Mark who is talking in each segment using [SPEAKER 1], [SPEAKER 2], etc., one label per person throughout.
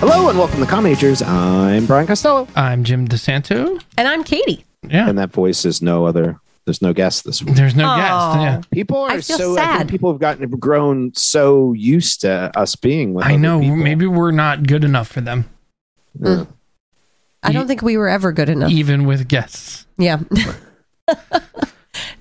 [SPEAKER 1] Hello and welcome to Comagers. I'm Brian Costello,
[SPEAKER 2] I'm Jim DeSanto.
[SPEAKER 3] And I'm Katie.
[SPEAKER 2] Yeah.
[SPEAKER 1] and that voice is no other. There's no guest this week.
[SPEAKER 2] There's no
[SPEAKER 3] Oh.
[SPEAKER 2] guest.
[SPEAKER 1] People are
[SPEAKER 3] I feel
[SPEAKER 1] so. I think
[SPEAKER 3] sad.
[SPEAKER 1] people have gotten grown so used to us being. With
[SPEAKER 2] Yeah. I
[SPEAKER 1] other
[SPEAKER 2] know.
[SPEAKER 1] people.
[SPEAKER 2] Maybe we're not good enough for them,
[SPEAKER 3] Mm,
[SPEAKER 1] Yeah.
[SPEAKER 3] I
[SPEAKER 2] Ye-
[SPEAKER 3] don't think we were ever good enough.
[SPEAKER 2] even with guests.
[SPEAKER 3] yeah. I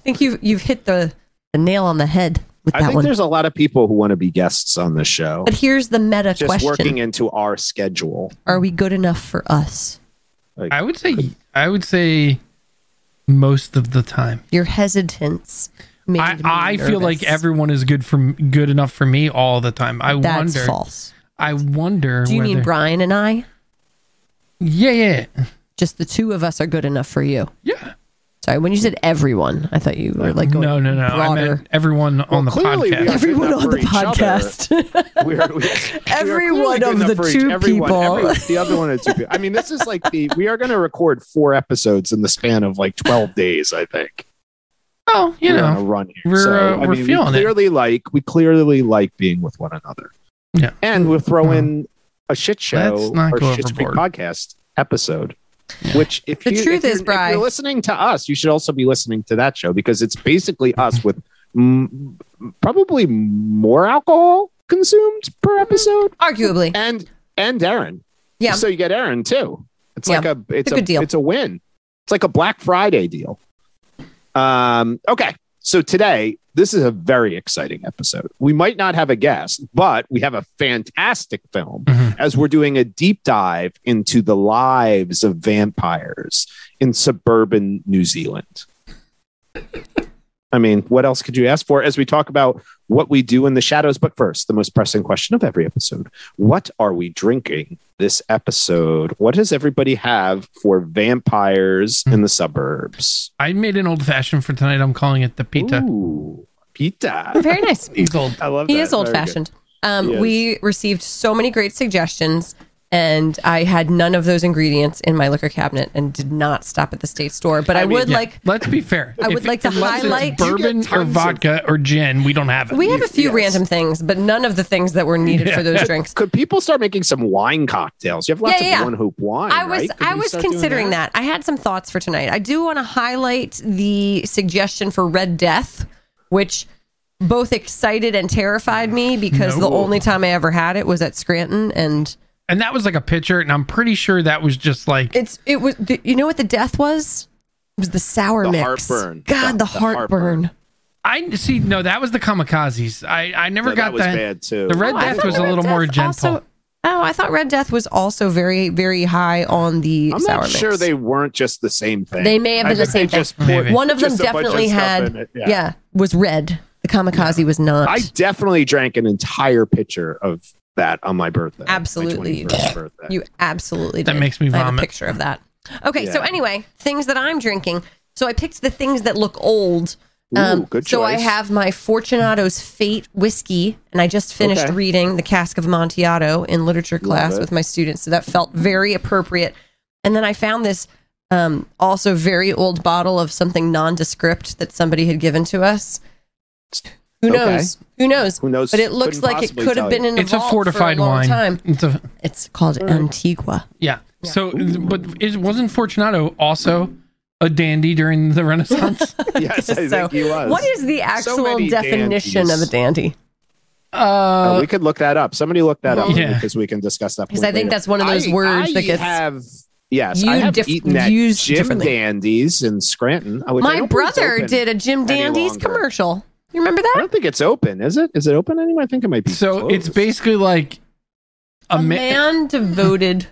[SPEAKER 3] think you've you've hit the, the nail on the head with
[SPEAKER 1] I
[SPEAKER 3] that
[SPEAKER 1] think
[SPEAKER 3] one.
[SPEAKER 1] there's a lot of people who want to be guests on the show.
[SPEAKER 3] But here's the meta
[SPEAKER 1] Just
[SPEAKER 3] question.
[SPEAKER 1] working into our schedule.
[SPEAKER 3] Are we good enough for us?
[SPEAKER 2] I would say. I would say most of the time.
[SPEAKER 3] Your hesitance made
[SPEAKER 2] I,
[SPEAKER 3] me
[SPEAKER 2] I feel
[SPEAKER 3] nervous.
[SPEAKER 2] like everyone is good for m- good enough for me all the time. I
[SPEAKER 3] That's
[SPEAKER 2] wonder.
[SPEAKER 3] false.
[SPEAKER 2] I wonder.
[SPEAKER 3] Do you mean
[SPEAKER 2] whether-
[SPEAKER 3] Brian and I?
[SPEAKER 2] Yeah, yeah,
[SPEAKER 3] Just the two of us are good enough for you.
[SPEAKER 2] yeah.
[SPEAKER 3] Sorry, when you said everyone, I thought you were like going
[SPEAKER 2] no, no, no. I
[SPEAKER 3] broader.
[SPEAKER 2] meant everyone on the
[SPEAKER 1] clearly we are-
[SPEAKER 2] podcast.
[SPEAKER 3] everyone
[SPEAKER 1] Good enough
[SPEAKER 3] on the
[SPEAKER 1] for each other.
[SPEAKER 3] podcast.
[SPEAKER 1] We're, we, we are
[SPEAKER 3] Every
[SPEAKER 1] clearly
[SPEAKER 3] one
[SPEAKER 1] good
[SPEAKER 3] of
[SPEAKER 1] enough
[SPEAKER 3] the
[SPEAKER 1] for
[SPEAKER 3] two
[SPEAKER 1] everyone,
[SPEAKER 3] people.
[SPEAKER 1] every- the other one of the two people. I mean, this is like the. We are going to record four episodes in the span of like 12 days, I think.
[SPEAKER 2] Oh, you
[SPEAKER 1] we're on a
[SPEAKER 2] know.
[SPEAKER 1] run here.
[SPEAKER 2] we're,
[SPEAKER 1] so,
[SPEAKER 2] uh,
[SPEAKER 1] I
[SPEAKER 2] we're
[SPEAKER 1] mean,
[SPEAKER 2] feeling
[SPEAKER 1] we
[SPEAKER 2] it.
[SPEAKER 1] clearly like we clearly like being with one another.
[SPEAKER 2] Yeah.
[SPEAKER 1] and we'll throw in a shit show
[SPEAKER 2] Let's not
[SPEAKER 1] or
[SPEAKER 2] go
[SPEAKER 1] shit Creek
[SPEAKER 2] overboard.
[SPEAKER 1] podcast episode. Which, if
[SPEAKER 3] The
[SPEAKER 1] you,
[SPEAKER 3] truth
[SPEAKER 1] if you're-
[SPEAKER 3] is, Bri-
[SPEAKER 1] if you're listening to us, you should also be listening to that show because it's basically us with mm, probably more alcohol consumed
[SPEAKER 3] Mm-hmm.
[SPEAKER 1] per episode,
[SPEAKER 3] Arguably.
[SPEAKER 1] and and Aaron.
[SPEAKER 3] Yeah.
[SPEAKER 1] so you get Aaron too. It's
[SPEAKER 3] Yeah.
[SPEAKER 1] like a it's
[SPEAKER 3] a
[SPEAKER 1] a,
[SPEAKER 3] good deal.
[SPEAKER 1] It's a win. It's like a Black Friday deal. Um. Okay. So today, this is a very exciting episode. We might not have a guest, but we have a fantastic film
[SPEAKER 2] Mhm.
[SPEAKER 1] as we're doing a deep dive into the lives of vampires in suburban New Zealand. I mean, what else could you ask for as we talk about what we do in the shadows? But first, the most pressing question of every episode what are we drinking this episode? What does everybody have for vampires in the suburbs?
[SPEAKER 2] I made an old fashioned for tonight. I'm calling it the pita.
[SPEAKER 1] Ooh, pita.
[SPEAKER 3] Very nice.
[SPEAKER 2] He's old.
[SPEAKER 1] I love
[SPEAKER 3] he
[SPEAKER 1] that.
[SPEAKER 3] is old
[SPEAKER 1] Very good.
[SPEAKER 3] fashioned. Um,
[SPEAKER 1] He is.
[SPEAKER 3] We received so many great suggestions, and I had none of those ingredients in my liquor cabinet and did not stop at the state store. But I,
[SPEAKER 1] mean,
[SPEAKER 3] would
[SPEAKER 2] Yeah,
[SPEAKER 3] like,
[SPEAKER 2] Let's be fair.
[SPEAKER 3] I would like to
[SPEAKER 2] unless it's
[SPEAKER 3] highlight-
[SPEAKER 1] You
[SPEAKER 2] bourbon
[SPEAKER 1] get
[SPEAKER 2] or
[SPEAKER 1] tons of-
[SPEAKER 2] vodka or gin. We don't have it.
[SPEAKER 3] we have a few
[SPEAKER 1] Yes.
[SPEAKER 3] random things, but none of the things that were needed for those drinks.
[SPEAKER 1] Could people start making some wine cocktails? You have lots
[SPEAKER 3] Yeah, yeah,
[SPEAKER 1] of
[SPEAKER 3] yeah.
[SPEAKER 1] one hoop wine.
[SPEAKER 3] I was
[SPEAKER 1] right? Could
[SPEAKER 3] I
[SPEAKER 1] we
[SPEAKER 3] was
[SPEAKER 1] start doing
[SPEAKER 3] considering that? I had some thoughts for tonight. I do want to highlight the suggestion for Red Death, which both excited and terrified me because the
[SPEAKER 2] No.
[SPEAKER 3] only time I ever had it was at Scranton and
[SPEAKER 2] and that was like a picture, and I'm pretty sure that was just like
[SPEAKER 3] It's it was the, you know what the death was? It was the sour
[SPEAKER 1] The
[SPEAKER 3] mix.
[SPEAKER 1] heartburn.
[SPEAKER 3] God,
[SPEAKER 1] The-
[SPEAKER 3] the,
[SPEAKER 1] the
[SPEAKER 3] heartburn.
[SPEAKER 2] I see. No, that was the kamikazes. I I never
[SPEAKER 1] No,
[SPEAKER 2] got
[SPEAKER 1] that was
[SPEAKER 2] that.
[SPEAKER 1] bad too.
[SPEAKER 2] The red
[SPEAKER 3] Oh, I
[SPEAKER 2] death
[SPEAKER 3] thought
[SPEAKER 2] was a
[SPEAKER 3] Red
[SPEAKER 2] little more
[SPEAKER 3] Death also-
[SPEAKER 2] gentle.
[SPEAKER 3] oh, I thought Red Death was also very very high on the
[SPEAKER 1] I'm
[SPEAKER 3] sour
[SPEAKER 1] not
[SPEAKER 3] mix.
[SPEAKER 1] sure they weren't just the same thing.
[SPEAKER 3] They may have
[SPEAKER 1] I
[SPEAKER 3] been the
[SPEAKER 1] think they
[SPEAKER 3] same thing.
[SPEAKER 1] just put
[SPEAKER 2] Maybe.
[SPEAKER 3] One of them
[SPEAKER 1] just a bunch
[SPEAKER 3] definitely
[SPEAKER 1] stuff
[SPEAKER 3] had
[SPEAKER 1] in it.
[SPEAKER 3] yeah. was red. The kamikaze was not.
[SPEAKER 1] I definitely drank an entire pitcher of that on my birthday. my
[SPEAKER 3] Absolutely you
[SPEAKER 1] 21st birthday.
[SPEAKER 3] you absolutely
[SPEAKER 2] That
[SPEAKER 3] did.
[SPEAKER 2] makes me
[SPEAKER 3] I have a
[SPEAKER 2] vomit.
[SPEAKER 3] picture of that. Okay, so
[SPEAKER 1] Yeah.
[SPEAKER 3] anyway, things that I'm drinking. So I picked the things that look old. Um,
[SPEAKER 1] Ooh, good
[SPEAKER 3] so I
[SPEAKER 1] choice.
[SPEAKER 3] have my Fortunato's Fate whiskey, and I just finished
[SPEAKER 1] Okay.
[SPEAKER 3] reading The Cask of Amontillado in literature class
[SPEAKER 1] it.
[SPEAKER 3] with my students, so that felt very appropriate. And then I found this um, also very old bottle of something nondescript that somebody had given to us. Who
[SPEAKER 1] Okay.
[SPEAKER 3] knows? Who knows?
[SPEAKER 1] Who knows?
[SPEAKER 3] But it looks
[SPEAKER 1] Couldn't
[SPEAKER 3] like it
[SPEAKER 1] possibly
[SPEAKER 3] could
[SPEAKER 1] tell
[SPEAKER 3] have
[SPEAKER 1] you.
[SPEAKER 3] been in a
[SPEAKER 2] It's a
[SPEAKER 3] vault
[SPEAKER 2] fortified
[SPEAKER 3] for a long
[SPEAKER 2] wine.
[SPEAKER 3] Time.
[SPEAKER 2] It's a
[SPEAKER 3] It's called Antigua.
[SPEAKER 2] yeah. So, but is, wasn't Fortunato also a dandy during the Renaissance? Uh,
[SPEAKER 1] yes, I
[SPEAKER 3] So,
[SPEAKER 1] think he was.
[SPEAKER 3] What is the actual
[SPEAKER 1] many
[SPEAKER 3] definition
[SPEAKER 1] dandies.
[SPEAKER 3] of a dandy?
[SPEAKER 1] Uh,
[SPEAKER 2] uh,
[SPEAKER 1] we could look that up. Somebody look that up
[SPEAKER 2] Yeah.
[SPEAKER 1] because we can discuss that.
[SPEAKER 3] 'Cause
[SPEAKER 1] point
[SPEAKER 3] I think
[SPEAKER 1] later.
[SPEAKER 3] that's one of those
[SPEAKER 1] I-
[SPEAKER 3] words
[SPEAKER 1] I
[SPEAKER 3] that gets
[SPEAKER 1] have. Yes, I
[SPEAKER 3] used
[SPEAKER 1] have
[SPEAKER 3] dif-
[SPEAKER 1] eaten at
[SPEAKER 3] used
[SPEAKER 1] Jim
[SPEAKER 3] differently.
[SPEAKER 1] Dandy's in Scranton. uh, which I
[SPEAKER 3] My
[SPEAKER 1] don't believe is
[SPEAKER 3] brother
[SPEAKER 1] open.
[SPEAKER 3] did a Jim
[SPEAKER 1] any
[SPEAKER 3] Dandy's
[SPEAKER 1] longer.
[SPEAKER 3] commercial. You remember
[SPEAKER 1] I
[SPEAKER 3] that?
[SPEAKER 1] don't think it's open, is it? Is it open anymore? I think it might be.
[SPEAKER 2] so it's
[SPEAKER 1] closed.
[SPEAKER 2] basically like a,
[SPEAKER 3] A
[SPEAKER 2] ma-
[SPEAKER 3] man devoted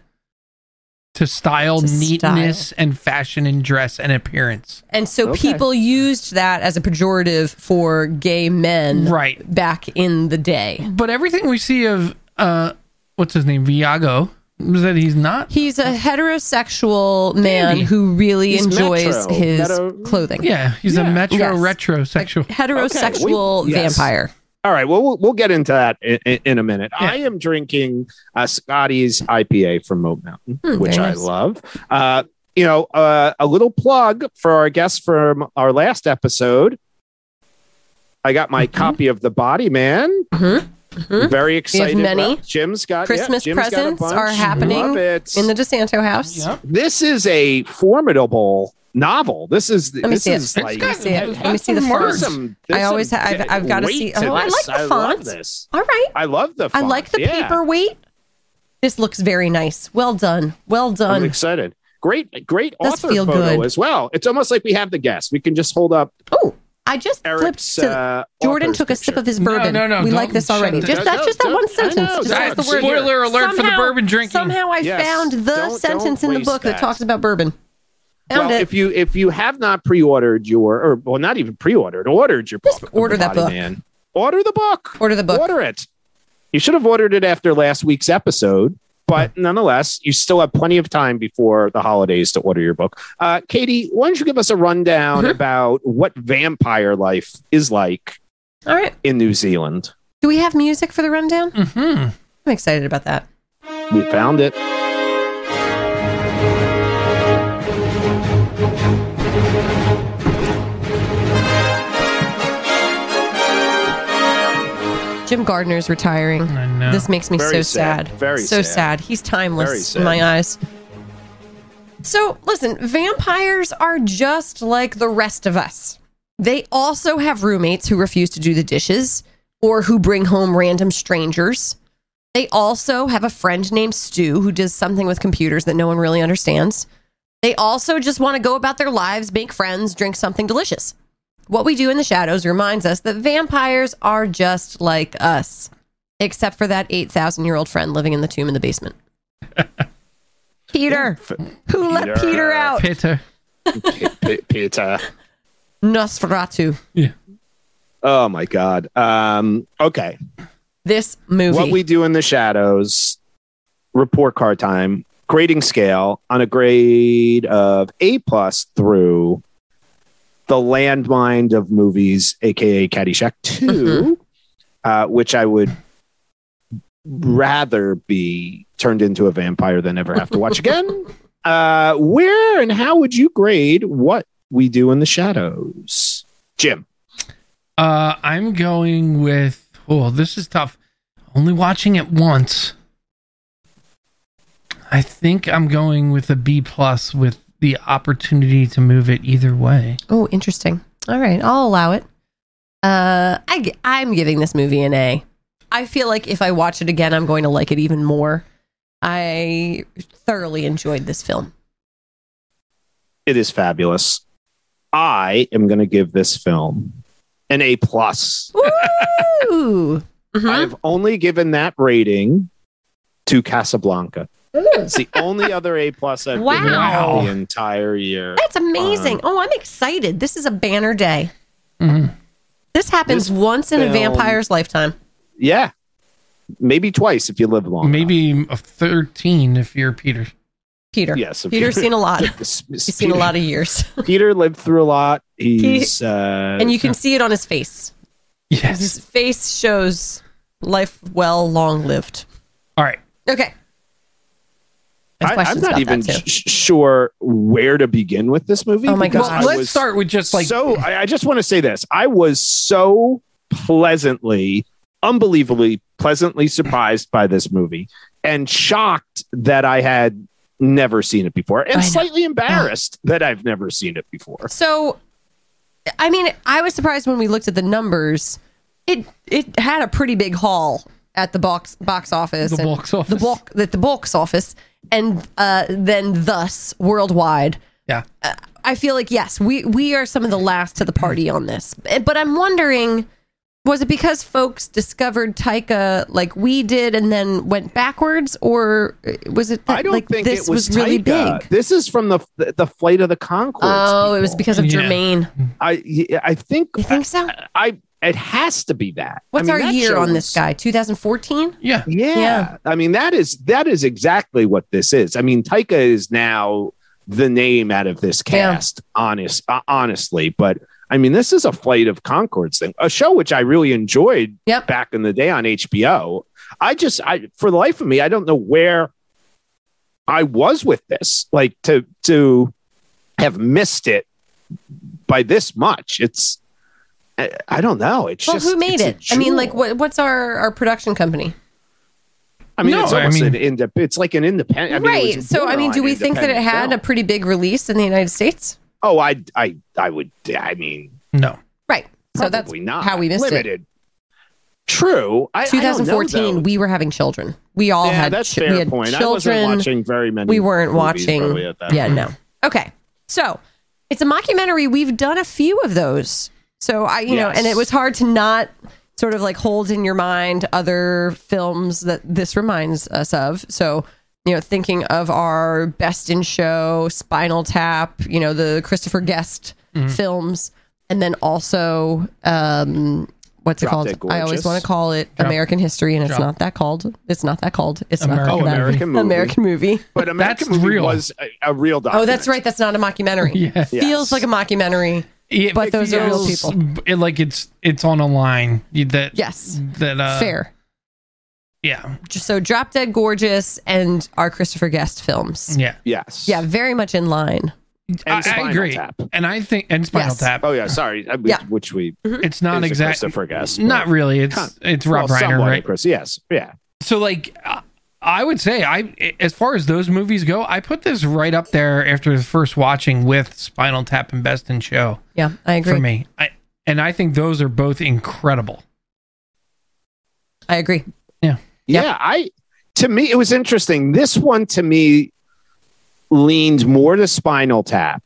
[SPEAKER 2] to style,
[SPEAKER 3] To style.
[SPEAKER 2] neatness, and fashion and dress and appearance.
[SPEAKER 3] and so
[SPEAKER 1] Okay.
[SPEAKER 3] people used that as a pejorative for gay men
[SPEAKER 2] Right.
[SPEAKER 3] back in the day.
[SPEAKER 2] But everything we see of uh, what's his name, Viago, is that he's not.
[SPEAKER 3] He's a heterosexual man
[SPEAKER 2] Dandy.
[SPEAKER 3] who really
[SPEAKER 1] He's
[SPEAKER 3] enjoys
[SPEAKER 1] metro.
[SPEAKER 3] his
[SPEAKER 1] Metro-
[SPEAKER 3] clothing.
[SPEAKER 2] Yeah, he's a
[SPEAKER 1] Yeah.
[SPEAKER 2] metro
[SPEAKER 3] Yes.
[SPEAKER 2] retrosexual.
[SPEAKER 3] Heterosexual
[SPEAKER 1] Okay, we- yes.
[SPEAKER 3] vampire.
[SPEAKER 1] All right. Well, we'll, we'll get into that in, in, in a minute.
[SPEAKER 2] Yeah.
[SPEAKER 1] I am drinking uh, Scotty's IPA from Moat Mountain,
[SPEAKER 3] Hmm,
[SPEAKER 1] which
[SPEAKER 3] very
[SPEAKER 1] I
[SPEAKER 3] nice.
[SPEAKER 1] love. Uh, you know, uh, a little plug for our guest from our
[SPEAKER 3] Mm-hmm.
[SPEAKER 1] last episode. I got my copy of The Body Man.
[SPEAKER 3] Mhm. Mhm.
[SPEAKER 1] Very excited.
[SPEAKER 3] many
[SPEAKER 1] Well, Jim's got yeah,
[SPEAKER 3] Christmas
[SPEAKER 1] Jim's got a
[SPEAKER 3] presents
[SPEAKER 1] bunch.
[SPEAKER 3] are happening
[SPEAKER 1] Love it.
[SPEAKER 3] in the DeSanto house.
[SPEAKER 2] Yep.
[SPEAKER 1] this is a formidable novel. This is
[SPEAKER 3] me
[SPEAKER 1] this
[SPEAKER 3] see it.
[SPEAKER 1] is
[SPEAKER 2] It's
[SPEAKER 1] like
[SPEAKER 2] got-
[SPEAKER 3] see it.
[SPEAKER 2] it's
[SPEAKER 3] Let me
[SPEAKER 2] got
[SPEAKER 3] see the
[SPEAKER 2] some
[SPEAKER 3] font.
[SPEAKER 1] there's
[SPEAKER 2] words.
[SPEAKER 1] some- there's
[SPEAKER 3] I always
[SPEAKER 1] some
[SPEAKER 3] ha- I've- I've gotta
[SPEAKER 1] weight
[SPEAKER 3] see-
[SPEAKER 1] to
[SPEAKER 3] oh, I
[SPEAKER 1] this.
[SPEAKER 3] like the
[SPEAKER 1] love
[SPEAKER 3] font.
[SPEAKER 1] this.
[SPEAKER 3] All right.
[SPEAKER 1] I love the.
[SPEAKER 3] I
[SPEAKER 1] Font.
[SPEAKER 3] like the
[SPEAKER 1] yeah.
[SPEAKER 3] paperweight. This looks very nice. Well done. Well
[SPEAKER 1] I'm
[SPEAKER 3] done.
[SPEAKER 1] excited. Great, great
[SPEAKER 3] Does
[SPEAKER 1] author
[SPEAKER 3] feel
[SPEAKER 1] photo
[SPEAKER 3] good.
[SPEAKER 1] as well. It's almost like we have the guest. We can just hold up
[SPEAKER 3] Oh, I just
[SPEAKER 1] Eric's.
[SPEAKER 3] flipped to
[SPEAKER 1] uh,
[SPEAKER 3] Jordan
[SPEAKER 1] author's
[SPEAKER 3] took a
[SPEAKER 1] picture.
[SPEAKER 3] sip of his
[SPEAKER 2] No,
[SPEAKER 3] bourbon.
[SPEAKER 2] no, no,
[SPEAKER 3] we
[SPEAKER 2] don't
[SPEAKER 3] like this already.
[SPEAKER 2] shut
[SPEAKER 3] Just
[SPEAKER 1] it.
[SPEAKER 3] that's just
[SPEAKER 1] No,
[SPEAKER 3] that one
[SPEAKER 1] don't- I
[SPEAKER 3] sentence.
[SPEAKER 1] know,
[SPEAKER 3] just has the
[SPEAKER 1] don't.
[SPEAKER 3] word.
[SPEAKER 2] Spoiler alert for the bourbon drinking.
[SPEAKER 3] Somehow I
[SPEAKER 1] Yes.
[SPEAKER 3] found the
[SPEAKER 1] Don't- don't
[SPEAKER 3] sentence in the
[SPEAKER 1] waste
[SPEAKER 3] book that.
[SPEAKER 1] that.
[SPEAKER 3] talks about bourbon. Found
[SPEAKER 1] well,
[SPEAKER 3] it.
[SPEAKER 1] if you if you have not pre-ordered your or well, not even pre-ordered, ordered your
[SPEAKER 3] Just
[SPEAKER 1] book, of
[SPEAKER 3] order
[SPEAKER 1] The
[SPEAKER 3] that
[SPEAKER 1] Body
[SPEAKER 3] book.
[SPEAKER 1] Man. Order the book.
[SPEAKER 3] Order the book.
[SPEAKER 1] Order it. You should have ordered it after last week's episode, but nonetheless, you still have plenty of time before the holidays to order your book. Uh, Katie, why don't you give us a rundown
[SPEAKER 3] Mm-hmm.
[SPEAKER 1] about what vampire life is like
[SPEAKER 3] All right.
[SPEAKER 1] in New Zealand?
[SPEAKER 3] Do we have music for the rundown?
[SPEAKER 2] hmm
[SPEAKER 3] I'm excited about that.
[SPEAKER 1] We found it.
[SPEAKER 3] Jim Gardner's retiring.
[SPEAKER 2] I know.
[SPEAKER 3] This makes me
[SPEAKER 1] Very
[SPEAKER 3] so sad.
[SPEAKER 1] sad. Very
[SPEAKER 3] so
[SPEAKER 1] sad.
[SPEAKER 3] sad. He's timeless
[SPEAKER 1] Very sad.
[SPEAKER 3] in my eyes. So listen, vampires are just like the rest of us. They also have roommates who refuse to do the dishes or who bring home random strangers. They also have a friend named Stu who does something with computers that no one really understands. They also just want to go about their lives, make friends, drink something delicious. What we do in the shadows reminds us that vampires are just like us except for that 8,000 year old friend living in the tomb in the basement. Peter, who let
[SPEAKER 1] Peter.
[SPEAKER 3] Peter out?
[SPEAKER 2] Pitta.
[SPEAKER 1] P- P- Peter.
[SPEAKER 3] Nosferatu.
[SPEAKER 2] Yeah.
[SPEAKER 1] Oh my God. Um, okay.
[SPEAKER 3] This movie.
[SPEAKER 1] What we do in the shadows, report card time, grading scale on a grade of A plus through the landmine of movies, aka Caddyshack 2, uh, which I would rather be turned into a vampire than ever have to watch again. Uh, where and how would you grade what we do in the shadows? Jim.
[SPEAKER 2] Uh, I'm going with. Oh, this is tough. Only watching it once. I think I'm going with a B plus with the opportunity to move it either way.
[SPEAKER 3] oh, interesting. All right, I'll allow it. Uh, I, gi- I'm giving this movie an A. I feel like if I watch it again, I'm going to like it even more. I thoroughly enjoyed this film.
[SPEAKER 1] it is fabulous. I am going to give this film an A plus.
[SPEAKER 3] Woo!
[SPEAKER 1] I
[SPEAKER 3] Mhm.
[SPEAKER 1] have only given that rating to Casablanca. It's the only other A plus I've given
[SPEAKER 2] Wow.
[SPEAKER 1] the entire year.
[SPEAKER 3] That's amazing. oh, I'm excited. This is a banner day.
[SPEAKER 2] Mhm.
[SPEAKER 3] This happens
[SPEAKER 1] This
[SPEAKER 3] once in a
[SPEAKER 1] film-
[SPEAKER 3] vampire's lifetime.
[SPEAKER 1] Yeah, maybe twice if you live long.
[SPEAKER 2] Maybe a 13 if you're Peter.
[SPEAKER 3] Peter.
[SPEAKER 1] enough. yes. if
[SPEAKER 3] Peter's
[SPEAKER 1] you-
[SPEAKER 3] seen a lot.
[SPEAKER 1] S- s-
[SPEAKER 3] He's seen a
[SPEAKER 1] Peter-
[SPEAKER 3] lot of years.
[SPEAKER 1] Peter lived through a lot. He's uh,
[SPEAKER 3] and you can see it on his face. His
[SPEAKER 2] Yes.
[SPEAKER 3] face shows life well, long lived.
[SPEAKER 2] All right.
[SPEAKER 3] Okay. I have
[SPEAKER 1] I, am
[SPEAKER 3] questions
[SPEAKER 1] not
[SPEAKER 3] about
[SPEAKER 1] even
[SPEAKER 3] that too.
[SPEAKER 1] sh- sure where to begin with this movie.
[SPEAKER 3] Oh my
[SPEAKER 1] because
[SPEAKER 3] God.
[SPEAKER 1] I
[SPEAKER 2] Well, let's
[SPEAKER 1] was-
[SPEAKER 2] start with just like
[SPEAKER 1] so I, I just want to say this i was so pleasantly unbelievably pleasantly surprised by this movie and shocked that i had never seen it before
[SPEAKER 3] I know.
[SPEAKER 1] and slightly embarrassed that i've never seen it before
[SPEAKER 3] So, I mean, I was surprised when we looked at the numbers. It it had a pretty big haul at the box box office.
[SPEAKER 2] The
[SPEAKER 3] and-
[SPEAKER 2] box office.
[SPEAKER 3] The box at the box office, and uh, then thus worldwide.
[SPEAKER 2] yeah.
[SPEAKER 3] I feel like yes, we we are some of the last to the party on this. Eh, But I'm wondering, was it because folks discovered Taika like we did and then went backwards, or eh, was it that
[SPEAKER 1] i don't
[SPEAKER 3] like
[SPEAKER 1] think
[SPEAKER 3] this
[SPEAKER 1] it was,
[SPEAKER 3] really
[SPEAKER 1] Taika.
[SPEAKER 3] big?
[SPEAKER 1] this is from the the flight of the concord
[SPEAKER 3] Oh, it was because of
[SPEAKER 2] Yeah.
[SPEAKER 3] Jermaine.
[SPEAKER 1] i yeah, i think
[SPEAKER 3] You think so?
[SPEAKER 1] i it has to be that
[SPEAKER 3] What's
[SPEAKER 1] I mean,
[SPEAKER 3] our
[SPEAKER 1] that
[SPEAKER 3] year on this
[SPEAKER 1] shows-
[SPEAKER 3] guy? 2014.
[SPEAKER 2] Yeah.
[SPEAKER 1] Yeah.
[SPEAKER 3] Yeah.
[SPEAKER 1] I mean, that is that is exactly what this is. I mean, Taika is now the name out of this
[SPEAKER 3] Yeah.
[SPEAKER 1] cast, honest uh, honestly. But I mean, this is a flight of Concords thing, a show which I really enjoyed
[SPEAKER 3] Yep.
[SPEAKER 1] back in the day on HBO. I just I for the life of me, I don't know where I was with this. Like to to have missed it by this much. It's I, I don't know. It's
[SPEAKER 3] Well,
[SPEAKER 1] just
[SPEAKER 3] who made
[SPEAKER 1] it's a
[SPEAKER 3] it? I mean, like,
[SPEAKER 1] jewel.
[SPEAKER 3] what, what's our, our production company?
[SPEAKER 1] I mean,
[SPEAKER 2] No,
[SPEAKER 1] it's
[SPEAKER 2] I
[SPEAKER 1] almost
[SPEAKER 2] mean-
[SPEAKER 1] an indep- It's like an independent. I mean, it
[SPEAKER 3] right.
[SPEAKER 1] was
[SPEAKER 3] So, I mean, do
[SPEAKER 1] borderline
[SPEAKER 3] we think that it
[SPEAKER 1] independent
[SPEAKER 3] had a
[SPEAKER 1] film.
[SPEAKER 3] pretty big release in the United States?
[SPEAKER 1] Oh, I, I, I would. I mean,
[SPEAKER 2] No.
[SPEAKER 3] Right. So that's
[SPEAKER 1] probably not
[SPEAKER 3] how we missed it.
[SPEAKER 1] Limited. True. I,
[SPEAKER 3] 2014,
[SPEAKER 1] I don't know, though.
[SPEAKER 3] we were having children. We all
[SPEAKER 1] yeah,
[SPEAKER 3] had,
[SPEAKER 1] that's
[SPEAKER 3] chi-
[SPEAKER 1] fair
[SPEAKER 3] we had
[SPEAKER 1] point.
[SPEAKER 3] children.
[SPEAKER 1] I wasn't watching very many.
[SPEAKER 3] we weren't
[SPEAKER 1] movies
[SPEAKER 3] watching.
[SPEAKER 1] probably at that
[SPEAKER 3] Yeah,
[SPEAKER 1] point.
[SPEAKER 3] no. Okay. So it's a mockumentary. We've done a few of those. So I, you know,
[SPEAKER 1] Yes.
[SPEAKER 3] and it was hard to not sort of like hold in your mind other films that this reminds us of. So, you know, thinking of our best in show, Spinal Tap, you know, the Christopher Guest
[SPEAKER 1] Mm-hmm.
[SPEAKER 3] films, and then also, um, what's it
[SPEAKER 1] Drop Dead
[SPEAKER 3] called? I always
[SPEAKER 1] Gorgeous.
[SPEAKER 3] want to call it American History, and it's
[SPEAKER 2] Drop-
[SPEAKER 3] not that called. It's not that called. It's
[SPEAKER 2] American
[SPEAKER 3] not
[SPEAKER 1] Oh,
[SPEAKER 3] called that.
[SPEAKER 1] American movie.
[SPEAKER 3] American movie.
[SPEAKER 1] But American
[SPEAKER 2] That's
[SPEAKER 1] movie
[SPEAKER 2] real.
[SPEAKER 1] was a, a real document.
[SPEAKER 3] Oh, that's right. That's not a mockumentary.
[SPEAKER 2] Yeah.
[SPEAKER 1] Yes.
[SPEAKER 3] Feels like a mockumentary.
[SPEAKER 2] It
[SPEAKER 3] But those are real
[SPEAKER 2] feels
[SPEAKER 3] people.
[SPEAKER 2] b- It, like it's it's on a line you- that
[SPEAKER 3] Yes.
[SPEAKER 2] that uh,
[SPEAKER 3] Fair.
[SPEAKER 2] Yeah,
[SPEAKER 3] So Drop Dead Gorgeous and our Christopher Guest films.
[SPEAKER 2] yeah.
[SPEAKER 1] Yes.
[SPEAKER 3] Yeah, very much in line.
[SPEAKER 1] And
[SPEAKER 2] I,
[SPEAKER 1] Spinal
[SPEAKER 2] I agree,
[SPEAKER 1] Tap.
[SPEAKER 2] and I think and Spinal
[SPEAKER 3] Yes.
[SPEAKER 2] Tap.
[SPEAKER 1] Oh yeah. Sorry. I-
[SPEAKER 3] Yeah.
[SPEAKER 1] Which we
[SPEAKER 2] It's not
[SPEAKER 1] is a
[SPEAKER 2] exactly
[SPEAKER 1] Christopher Guest. but-
[SPEAKER 2] not really. It's
[SPEAKER 1] Huh.
[SPEAKER 2] it's Rob
[SPEAKER 1] well,
[SPEAKER 2] Reiner,
[SPEAKER 1] somewhat a
[SPEAKER 2] right?
[SPEAKER 1] Chris. Yes. Yeah.
[SPEAKER 2] So like, I- I would say I as far as those movies go, I put this right up there after the first watching with Spinal Tap and Best in Show
[SPEAKER 3] Yeah, I agree.
[SPEAKER 2] for me. I and I think those are both incredible.
[SPEAKER 3] I agree.
[SPEAKER 1] yeah i to me it was interesting this one to me leaned more to spinal tap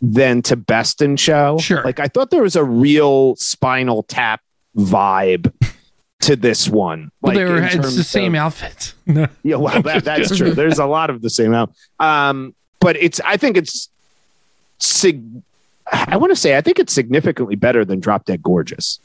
[SPEAKER 1] than to best in show
[SPEAKER 2] Sure.
[SPEAKER 1] like i thought there was a real spinal tap vibe to this one
[SPEAKER 2] Well,
[SPEAKER 1] like
[SPEAKER 2] they were
[SPEAKER 1] in
[SPEAKER 2] it's
[SPEAKER 1] terms
[SPEAKER 2] the same
[SPEAKER 1] of-
[SPEAKER 2] outfits. No.
[SPEAKER 1] yeah well that, that's true there's a lot of the same out um but it's i think it's sig i want to say i think it's significantly better than drop dead gorgeous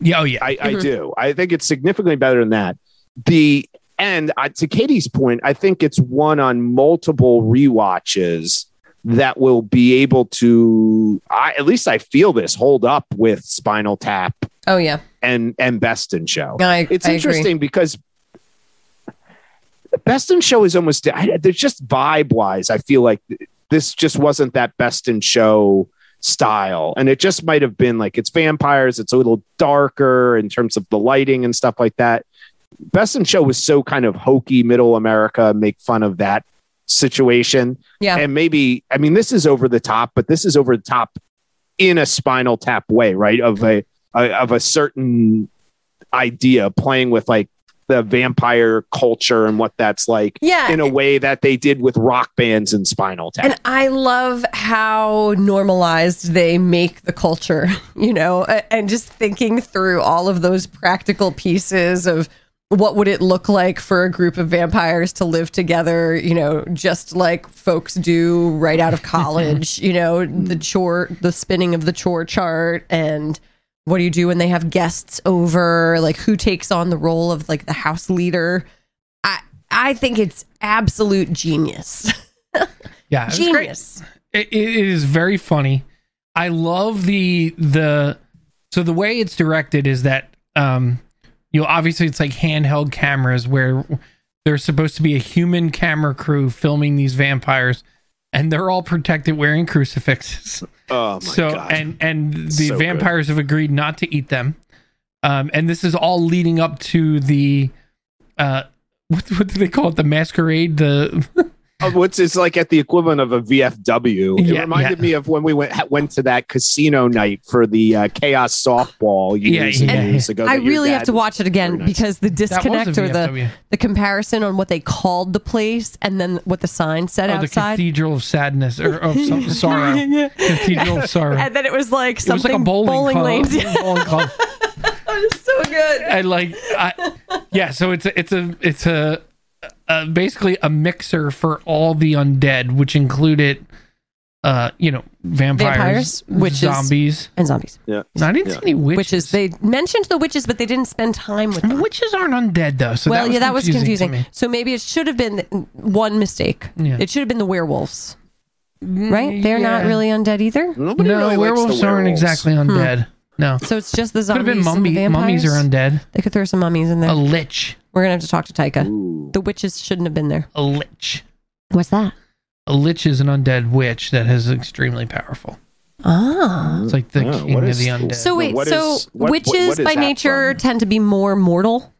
[SPEAKER 2] Yeah, oh yeah.
[SPEAKER 1] I, I
[SPEAKER 3] Mhm.
[SPEAKER 1] do. I think it's significantly better than that. The and uh, to Katie's point, I think it's one on multiple rewatches that will be able to. I, at least I feel this hold up with Spinal Tap
[SPEAKER 3] Oh yeah,
[SPEAKER 1] and and Best in Show.
[SPEAKER 3] I,
[SPEAKER 1] It's
[SPEAKER 3] I Agree.
[SPEAKER 1] interesting because Best in Show is almost I, there's just vibe wise. I feel like th- this just wasn't that Best in Show style, and it just might have been like it's vampires. It's a little darker in terms of the lighting and stuff like that. Best in Show was so kind of hokey, middle America, make fun of that situation,
[SPEAKER 3] Yeah,
[SPEAKER 1] and maybe I mean this is over the top, but this is over the top in a Spinal Tap way, right? Of a, a of a certain idea, playing with like the vampire culture and what that's like
[SPEAKER 3] yeah.
[SPEAKER 1] in a way that they did with rock bands and Spinal Tap.
[SPEAKER 3] and I love how normalized they make the culture, you know, a- and just thinking through all of those practical pieces of what would it look like for a group of vampires to live together, you know, just like folks do right out of college, you know, the chore, the spinning of the chore chart and what do you do when they have guests over, like who takes on the role of like the house leader. I I think it's absolute genius.
[SPEAKER 2] yeah, it was great.
[SPEAKER 3] Genius.
[SPEAKER 2] it, it is very funny. I love the the so the way it's directed is that um you know obviously it's like handheld cameras where there's supposed to be a human camera crew filming these vampires and they're all protected wearing crucifixes.
[SPEAKER 1] oh my
[SPEAKER 2] so
[SPEAKER 1] god!
[SPEAKER 2] and and the
[SPEAKER 1] So good.
[SPEAKER 2] vampires have agreed not to eat them. Um and this is all leading up to the uh what, what do they call it the masquerade the
[SPEAKER 1] Uh, what's it's like at the equivalent of a VFW. It
[SPEAKER 2] Yeah,
[SPEAKER 1] reminded
[SPEAKER 2] yeah.
[SPEAKER 1] me of when we went went to that casino night for the uh, chaos softball
[SPEAKER 2] Yeah,
[SPEAKER 1] years and
[SPEAKER 2] yeah.
[SPEAKER 1] years ago.
[SPEAKER 3] I
[SPEAKER 1] that your
[SPEAKER 3] really have
[SPEAKER 1] dad
[SPEAKER 3] to
[SPEAKER 1] was
[SPEAKER 3] watch it again
[SPEAKER 1] very nice.
[SPEAKER 3] because the
[SPEAKER 2] that was a
[SPEAKER 3] disconnect or the,
[SPEAKER 2] VFW.
[SPEAKER 3] the comparison on what they called the place and then what the sign said
[SPEAKER 2] Oh, the
[SPEAKER 3] outside.
[SPEAKER 2] Cathedral of Sadness or of some sorrow.
[SPEAKER 3] Yeah.
[SPEAKER 2] Cathedral of Sorrow.
[SPEAKER 3] And then it was like
[SPEAKER 2] it was
[SPEAKER 3] something
[SPEAKER 2] like a bowling,
[SPEAKER 3] bowling,
[SPEAKER 2] club.
[SPEAKER 3] lanes. Yeah,
[SPEAKER 2] Bowling club.
[SPEAKER 3] it was so good.
[SPEAKER 2] And like, I, yeah. So it's a, it's a it's a, a basically a mixer for all the undead, which included, uh, you know, vampires,
[SPEAKER 3] Vampires, witches.
[SPEAKER 2] zombies.
[SPEAKER 3] And zombies.
[SPEAKER 2] No, I didn't see any witches.
[SPEAKER 3] Witches. They mentioned the witches, but they didn't spend time with
[SPEAKER 2] I
[SPEAKER 3] them.
[SPEAKER 2] mean, witches aren't undead though. So
[SPEAKER 3] well,
[SPEAKER 2] that was
[SPEAKER 3] yeah, that was
[SPEAKER 2] confusing.
[SPEAKER 3] confusing.
[SPEAKER 2] to me.
[SPEAKER 3] So maybe it should have been one mistake.
[SPEAKER 2] Yeah. Mm,
[SPEAKER 3] It should have been the werewolves, Mm, right? They're not
[SPEAKER 2] Yeah.
[SPEAKER 3] really undead either.
[SPEAKER 1] Nobody
[SPEAKER 2] No,
[SPEAKER 1] really likes the
[SPEAKER 2] werewolves aren't
[SPEAKER 1] werewolves.
[SPEAKER 2] exactly undead. No,
[SPEAKER 3] So it's just the
[SPEAKER 2] could have been
[SPEAKER 3] zombies.
[SPEAKER 2] mummy.
[SPEAKER 3] and the
[SPEAKER 2] Mummies are
[SPEAKER 3] vampires.
[SPEAKER 2] undead.
[SPEAKER 3] They could throw some mummies in there.
[SPEAKER 2] A lich.
[SPEAKER 3] We're gonna have to talk to Taika.
[SPEAKER 1] Ooh.
[SPEAKER 3] The witches shouldn't have been there.
[SPEAKER 2] A lich.
[SPEAKER 3] What's that?
[SPEAKER 2] A lich is an undead witch that is extremely powerful.
[SPEAKER 3] Ah.
[SPEAKER 2] It's like the
[SPEAKER 1] Oh,
[SPEAKER 2] king
[SPEAKER 1] what
[SPEAKER 2] of
[SPEAKER 1] is-
[SPEAKER 2] the undead.
[SPEAKER 3] So wait,
[SPEAKER 1] what
[SPEAKER 3] so
[SPEAKER 1] is- what-
[SPEAKER 3] witches
[SPEAKER 1] what- what is
[SPEAKER 3] by
[SPEAKER 1] that
[SPEAKER 3] nature
[SPEAKER 1] from?
[SPEAKER 3] tend to be more mortal.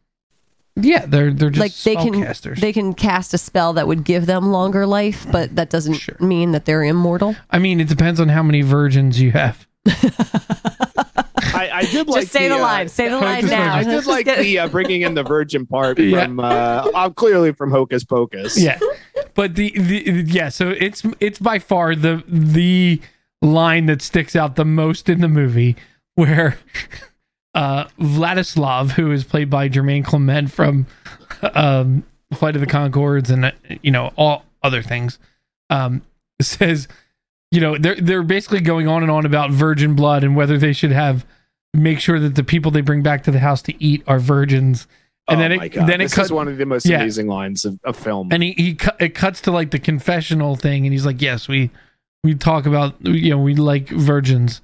[SPEAKER 2] yeah, they're they're just
[SPEAKER 3] like they can
[SPEAKER 2] spellcasters.
[SPEAKER 3] they can cast a spell that would give them longer life, but that doesn't
[SPEAKER 2] Sure.
[SPEAKER 3] mean that they're immortal.
[SPEAKER 2] I mean, it depends on how many virgins you have.
[SPEAKER 1] I, I did like
[SPEAKER 3] Just say the,
[SPEAKER 1] uh,
[SPEAKER 3] line. Say the
[SPEAKER 2] I
[SPEAKER 3] line
[SPEAKER 2] just-
[SPEAKER 3] now.
[SPEAKER 1] I did
[SPEAKER 3] Just
[SPEAKER 1] like
[SPEAKER 3] get-
[SPEAKER 1] the uh, bringing in the virgin part
[SPEAKER 2] Yeah.
[SPEAKER 1] from uh, uh, clearly from Hocus Pocus.
[SPEAKER 2] yeah but the, the yeah so it's it's by far the the line that sticks out the most in the movie where uh vladislav who is played by jermaine clement from um flight of the concords and uh, you know all other things um says you know they're they're basically going on and on about virgin blood and whether they should have make sure that the people they bring back to the house to eat are virgins and
[SPEAKER 1] Oh
[SPEAKER 2] then
[SPEAKER 1] my
[SPEAKER 2] it
[SPEAKER 1] God.
[SPEAKER 2] then it
[SPEAKER 1] this
[SPEAKER 2] cuts
[SPEAKER 1] is one of the most
[SPEAKER 2] yeah.
[SPEAKER 1] amazing lines of, of film.
[SPEAKER 2] and he, he cu- it cuts to like the confessional thing and he's like yes we we talk about you know we like virgins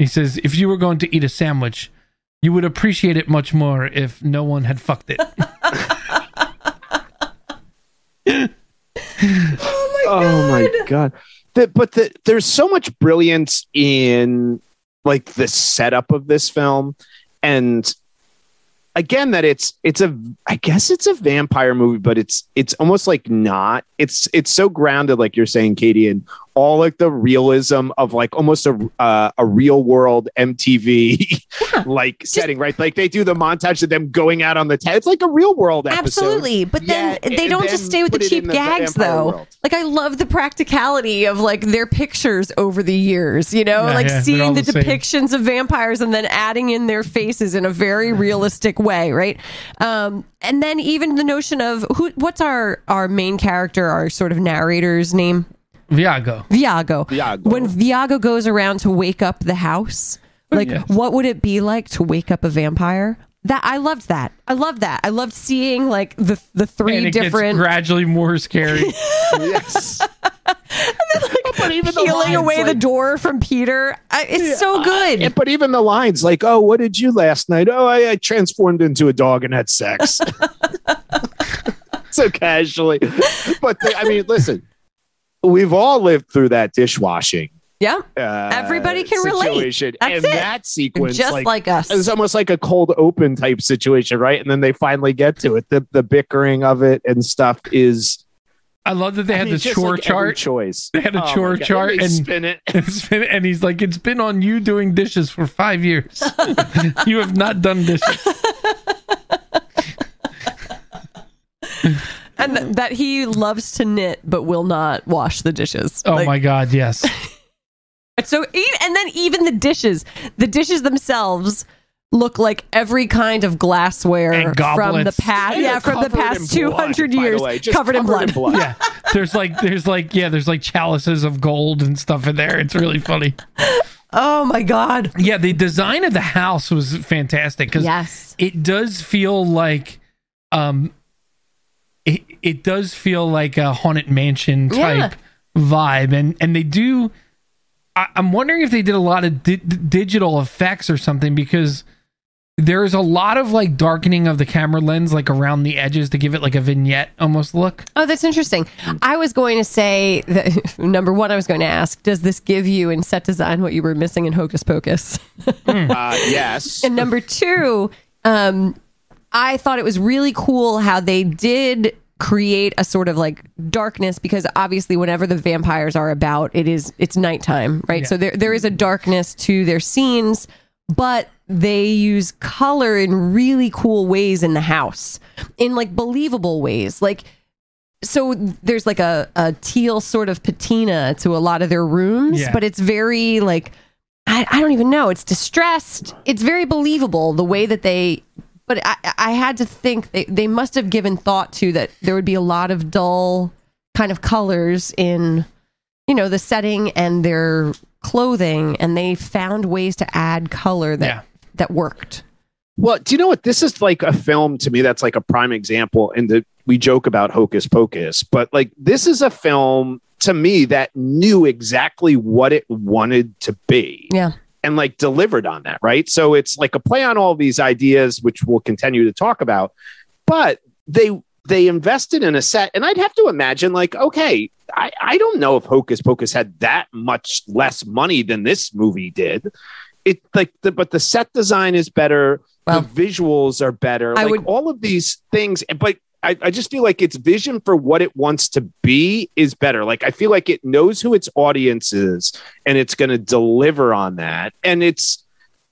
[SPEAKER 2] he says if you were going to eat a sandwich you would appreciate it much more if no one had fucked it
[SPEAKER 1] oh my god The- but the, there's so much brilliance in like the setup of this film and again that it's it's a i guess it's a vampire movie but it's it's almost like not it's it's so grounded like you're saying katie in all like the realism of like almost a uh, a real world mtv like setting right like they do the montage of them going out on the town it's like a real world episode
[SPEAKER 3] Absolutely, but then
[SPEAKER 1] Yeah,
[SPEAKER 3] they
[SPEAKER 1] and
[SPEAKER 3] don't just
[SPEAKER 1] then
[SPEAKER 3] stay with the
[SPEAKER 1] put it
[SPEAKER 3] cheap
[SPEAKER 1] in the
[SPEAKER 3] gags,
[SPEAKER 1] vampire
[SPEAKER 3] though.
[SPEAKER 1] world.
[SPEAKER 3] Like I love the practicality of like their pictures over the years, you know,
[SPEAKER 2] Yeah, yeah,
[SPEAKER 3] like
[SPEAKER 2] they're all
[SPEAKER 3] seeing the,
[SPEAKER 2] the same.
[SPEAKER 3] depictions of vampires and then adding in their faces in a very realistic way, right? Um, and then even the notion of who, what's our our main character, our sort of narrator's name,
[SPEAKER 2] viago
[SPEAKER 3] Viago.
[SPEAKER 1] Viago.
[SPEAKER 3] When Viago goes around to wake up the house, like
[SPEAKER 2] Oh, yes.
[SPEAKER 3] what would it be like to wake up a vampire? That I loved that. I loved that. I loved seeing like the the three
[SPEAKER 2] and it gets
[SPEAKER 3] different
[SPEAKER 2] gradually more scary
[SPEAKER 1] yes
[SPEAKER 3] peeling away the door from Peter. I, it's so good.
[SPEAKER 1] Yeah, but even the lines like, "Oh, what did you last night? Oh, I, I transformed into a dog and had sex." so casually, but the, I mean, listen, we've all lived through that dishwashing.
[SPEAKER 3] yeah,
[SPEAKER 1] Uh,
[SPEAKER 3] Everybody can relate.
[SPEAKER 1] situation.
[SPEAKER 3] That's
[SPEAKER 1] and
[SPEAKER 3] it.
[SPEAKER 1] that sequence,
[SPEAKER 3] just like,
[SPEAKER 1] like,
[SPEAKER 3] us.
[SPEAKER 1] it's almost like a cold open type situation, right? And then they finally get to it. The the bickering of it and stuff is
[SPEAKER 2] i love that they
[SPEAKER 1] I
[SPEAKER 2] had
[SPEAKER 1] mean,
[SPEAKER 2] the
[SPEAKER 1] just
[SPEAKER 2] chore
[SPEAKER 1] like every
[SPEAKER 2] chart
[SPEAKER 1] choice.
[SPEAKER 2] they had a
[SPEAKER 1] Oh
[SPEAKER 2] chore
[SPEAKER 1] my God,
[SPEAKER 2] chart
[SPEAKER 1] they
[SPEAKER 2] and
[SPEAKER 1] spin it.
[SPEAKER 2] it's been, and he's like it's been on you doing dishes for five years you have not done dishes
[SPEAKER 3] and th- that he loves to knit but will not wash the dishes.
[SPEAKER 2] oh
[SPEAKER 3] Like,
[SPEAKER 2] my god yes
[SPEAKER 3] It's So e- and then even the dishes, the dishes themselves look like every kind of glassware
[SPEAKER 2] And
[SPEAKER 3] from the
[SPEAKER 2] goblets.
[SPEAKER 3] past,
[SPEAKER 1] They
[SPEAKER 3] yeah,
[SPEAKER 1] are
[SPEAKER 3] from the
[SPEAKER 1] covered in
[SPEAKER 3] past two hundred
[SPEAKER 1] blood, by the
[SPEAKER 3] years,
[SPEAKER 1] way, just
[SPEAKER 3] covered, in blood.
[SPEAKER 2] yeah there's like there's like yeah there's like chalices of gold and stuff in there it's really funny
[SPEAKER 3] Oh my god!
[SPEAKER 2] yeah the design of the house was fantastic because
[SPEAKER 3] Yes,
[SPEAKER 2] it does feel like um it, it does feel like a haunted mansion
[SPEAKER 3] Yeah.
[SPEAKER 2] type vibe and and they do I, i'm wondering if they did a lot of di- digital effects or something because there is a lot of like darkening of the camera lens like around the edges to give it like a vignette almost look
[SPEAKER 3] Oh, that's interesting.
[SPEAKER 2] Mm.
[SPEAKER 3] I was going to say that number one, I was going to ask, does this give you in set design what you were missing in Hocus Pocus?
[SPEAKER 1] Uh, yes.
[SPEAKER 3] And number two, um, I thought it was really cool how they did create a sort of like darkness because obviously whenever the vampires are about, it is it's nighttime, right?
[SPEAKER 2] Yeah.
[SPEAKER 3] So there there is a darkness to their scenes, but they use color in really cool ways in the house, in like believable ways, like. So there's like a, a teal sort of patina to a lot of their rooms,
[SPEAKER 2] Yeah.
[SPEAKER 3] but it's very like I, I don't even know. It's distressed. It's very believable the way that they. But I, I had to think they, they must have given thought to that there would be a lot of dull kind of colors in, you know, the setting and their clothing, and they found ways to add color that
[SPEAKER 2] Yeah.
[SPEAKER 3] that worked.
[SPEAKER 1] Well, do you know what? This is like a film to me that's like a prime example. And the, we joke about Hocus Pocus, but like this is a film to me that knew exactly what it wanted to be
[SPEAKER 3] Yeah.
[SPEAKER 1] and like delivered on that, right? So it's like a play on all these ideas, which we'll continue to talk about, but they they invested in a set and i'd have to imagine like okay I, I don't know if hocus pocus had that much less money than this movie did it like the, but the set design is better
[SPEAKER 3] Well,
[SPEAKER 1] the visuals are better
[SPEAKER 3] I
[SPEAKER 1] like
[SPEAKER 3] would-
[SPEAKER 1] all of these things but I, I just feel like its vision for what it wants to be is better like i feel like it knows who its audience is and it's going to deliver on that and it's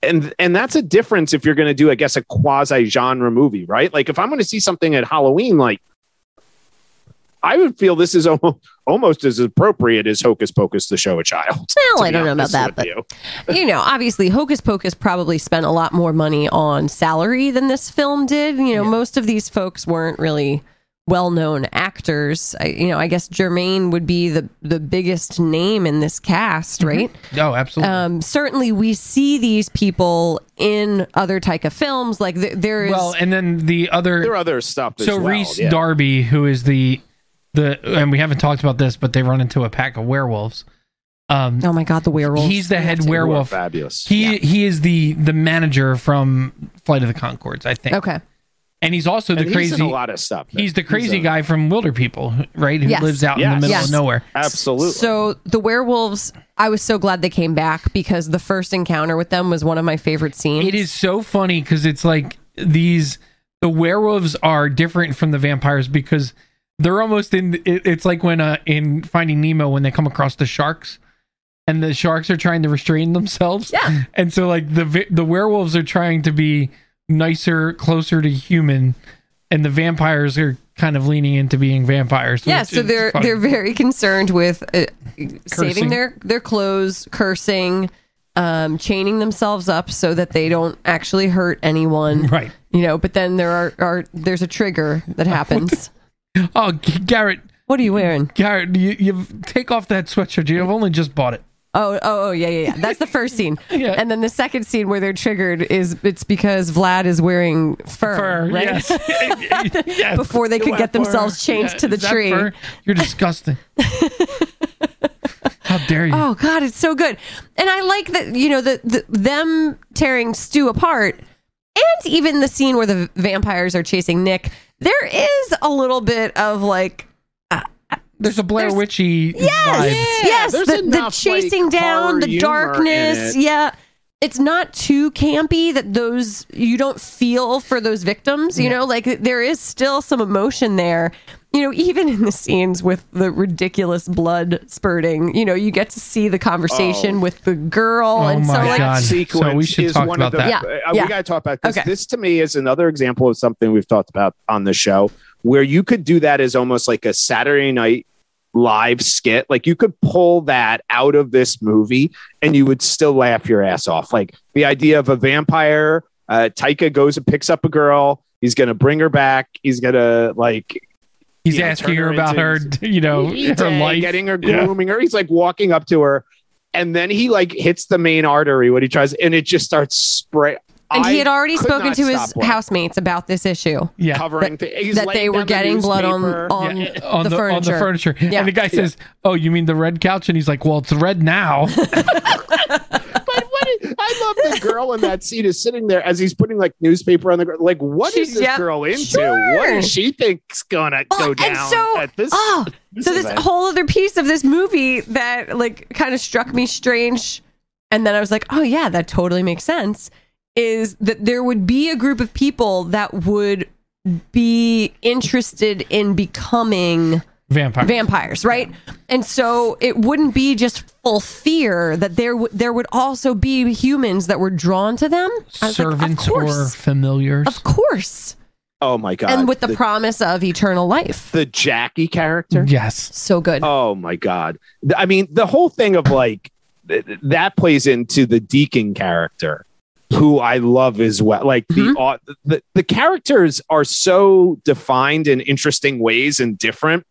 [SPEAKER 1] and and that's a difference if you're going to do i guess a quasi genre movie right like if i'm going to see something at halloween like i would feel this is almost, almost as appropriate as hocus pocus to show a child
[SPEAKER 3] Well,
[SPEAKER 1] to
[SPEAKER 3] I
[SPEAKER 1] be
[SPEAKER 3] don't know about
[SPEAKER 1] honest
[SPEAKER 3] that,
[SPEAKER 1] with
[SPEAKER 3] but-
[SPEAKER 1] you.
[SPEAKER 3] you know, obviously, Hocus Pocus probably spent a lot more money on salary than this film did. You know,
[SPEAKER 2] Yeah.
[SPEAKER 3] most of these folks weren't really well-known actors. I, you know, I guess Jermaine would be the the biggest name in this cast, right?
[SPEAKER 2] Oh, absolutely.
[SPEAKER 3] Um, certainly, we see these people in other Taika films. Like th- there is,
[SPEAKER 2] well, and then the other
[SPEAKER 1] there are other stuff as
[SPEAKER 2] so
[SPEAKER 1] well,
[SPEAKER 2] Reese
[SPEAKER 1] yeah.
[SPEAKER 2] Darby, who is the the and we haven't talked about this, but they run into a pack of werewolves. Um,
[SPEAKER 3] oh my god, the werewolf.
[SPEAKER 2] he's the head
[SPEAKER 1] You are
[SPEAKER 2] werewolf.
[SPEAKER 1] fabulous
[SPEAKER 2] He he is the the manager from Flight of the Concords, I think.
[SPEAKER 3] Okay,
[SPEAKER 2] And he's also the
[SPEAKER 1] And he's in
[SPEAKER 2] crazy
[SPEAKER 1] a lot of stuff
[SPEAKER 2] he's the crazy
[SPEAKER 1] a-
[SPEAKER 2] guy from Wilder People, right? Who
[SPEAKER 3] Yes.
[SPEAKER 2] lives out in the
[SPEAKER 1] Yes.
[SPEAKER 2] middle
[SPEAKER 3] Yes.
[SPEAKER 2] of nowhere.
[SPEAKER 1] absolutely
[SPEAKER 3] so the werewolves. I was so glad they came back because the first encounter with them was one of my favorite scenes.
[SPEAKER 2] It is so funny because it's like these the werewolves are different from the vampires because they're almost in it, it's like when uh, in Finding Nemo when they come across the sharks and the sharks are trying to restrain themselves.
[SPEAKER 3] Yeah.
[SPEAKER 2] And so like the vi- the werewolves are trying to be nicer, closer to human and the vampires are kind of leaning into being vampires.
[SPEAKER 3] Yeah,
[SPEAKER 2] which
[SPEAKER 3] so
[SPEAKER 2] is
[SPEAKER 3] they're
[SPEAKER 2] fun.
[SPEAKER 3] they're very concerned with uh, saving
[SPEAKER 2] Cursing.
[SPEAKER 3] their their clothes, cursing, um, chaining themselves up so that they don't actually hurt anyone.
[SPEAKER 2] right.
[SPEAKER 3] You know, but then there are, are there's a trigger that happens.
[SPEAKER 2] Oh, G- Garrett,
[SPEAKER 3] what are you wearing?
[SPEAKER 2] Garrett, you, you take off that sweatshirt. You've only just bought it.
[SPEAKER 3] Oh, oh, oh, yeah, yeah, yeah. That's the first scene.
[SPEAKER 2] Yeah.
[SPEAKER 3] And then the second scene where they're triggered is it's because Vlad is wearing fur,
[SPEAKER 2] Fur,
[SPEAKER 3] right?
[SPEAKER 2] yes. Yes.
[SPEAKER 3] Before they could get themselves changed
[SPEAKER 2] Yeah,
[SPEAKER 3] to the
[SPEAKER 2] is that
[SPEAKER 3] tree.
[SPEAKER 2] fur? You're disgusting. How dare you?
[SPEAKER 3] Oh God, it's so good. And I like that you know the, the them tearing Stu apart, and even the scene where the vampires are chasing Nick. There is a little bit of like
[SPEAKER 2] There's a Blair
[SPEAKER 3] there's-
[SPEAKER 2] Witchy vibe.
[SPEAKER 3] yes, yes,
[SPEAKER 1] there's
[SPEAKER 3] the, the
[SPEAKER 1] enough,
[SPEAKER 3] chasing
[SPEAKER 1] like, horror
[SPEAKER 3] down, the
[SPEAKER 1] humor
[SPEAKER 3] darkness.
[SPEAKER 1] in it.
[SPEAKER 3] Yeah, it's not too campy that those you don't feel for those victims. You know, like there is still some emotion there. You know, even in the scenes with the ridiculous blood spurting, you know, you get to see the conversation
[SPEAKER 1] Oh.
[SPEAKER 3] with the girl,
[SPEAKER 2] Oh
[SPEAKER 3] and so
[SPEAKER 2] my
[SPEAKER 3] like
[SPEAKER 2] God.
[SPEAKER 1] that sequence
[SPEAKER 2] So we should
[SPEAKER 1] is
[SPEAKER 2] talk
[SPEAKER 1] one
[SPEAKER 2] about
[SPEAKER 1] of the,
[SPEAKER 3] that. Yeah,
[SPEAKER 1] Uh,
[SPEAKER 3] yeah.
[SPEAKER 1] We got to talk about this.
[SPEAKER 3] Okay.
[SPEAKER 1] This to me is another example of something we've talked about on the show where you could do that as almost like a Saturday night live skit. Like you could pull that out of this movie and you would still laugh your ass off. Like the idea of a vampire, uh, Taika goes and picks up a girl. He's going to bring her back. He's going to like
[SPEAKER 2] He's
[SPEAKER 1] Yeah,
[SPEAKER 2] asking
[SPEAKER 1] turn
[SPEAKER 2] her
[SPEAKER 1] her
[SPEAKER 2] about her,
[SPEAKER 1] into-
[SPEAKER 2] you know, her
[SPEAKER 1] day,
[SPEAKER 2] life.
[SPEAKER 1] getting her,
[SPEAKER 2] Yeah.
[SPEAKER 1] grooming her. He's like walking up to her, and then he like hits the main artery when he tries, and it just starts spray.
[SPEAKER 3] And he
[SPEAKER 1] I
[SPEAKER 3] had already
[SPEAKER 1] could
[SPEAKER 3] spoken
[SPEAKER 1] not
[SPEAKER 3] to his
[SPEAKER 1] stop laughing.
[SPEAKER 3] housemates about this issue.
[SPEAKER 2] yeah.
[SPEAKER 1] covering thi- he's
[SPEAKER 3] that
[SPEAKER 1] laying
[SPEAKER 3] they were
[SPEAKER 1] down the
[SPEAKER 3] getting blood on
[SPEAKER 1] newspaper.
[SPEAKER 3] on,
[SPEAKER 2] Yeah,
[SPEAKER 3] the,
[SPEAKER 2] on the
[SPEAKER 3] furniture.
[SPEAKER 2] furniture.
[SPEAKER 3] Yeah.
[SPEAKER 2] And the guy says, "Oh, you mean the red couch?" And he's like, "Well, it's red now."
[SPEAKER 1] But what is, I love the girl in that scene is sitting there as he's putting like newspaper on the gr- like. What is
[SPEAKER 3] She's-
[SPEAKER 1] this
[SPEAKER 3] yeah,
[SPEAKER 1] girl into?
[SPEAKER 3] sure.
[SPEAKER 1] What does she think's gonna
[SPEAKER 3] Oh,
[SPEAKER 1] go
[SPEAKER 3] and
[SPEAKER 1] down
[SPEAKER 3] so-
[SPEAKER 1] at this?
[SPEAKER 3] Oh, so this
[SPEAKER 1] event?
[SPEAKER 3] whole other piece of this movie that like kind of struck me strange, and then I was like, oh yeah, that totally makes sense. Is that there would be a group of people that would be interested in becoming
[SPEAKER 2] Vampire.
[SPEAKER 3] vampires, right? And so it wouldn't be just full fear that there would there would also be humans that were drawn to them. I was like, of
[SPEAKER 2] Servants or
[SPEAKER 3] course.
[SPEAKER 2] familiars.
[SPEAKER 3] Of course.
[SPEAKER 1] oh my god!
[SPEAKER 3] and with the, promise of eternal life.
[SPEAKER 1] the Jackie character.
[SPEAKER 2] Yes.
[SPEAKER 3] So good.
[SPEAKER 1] Oh my god! Th- I mean, the whole thing of like th- th- that plays into the Deacon character, who I love as well. Like the, au- the the characters are so defined in interesting ways and different.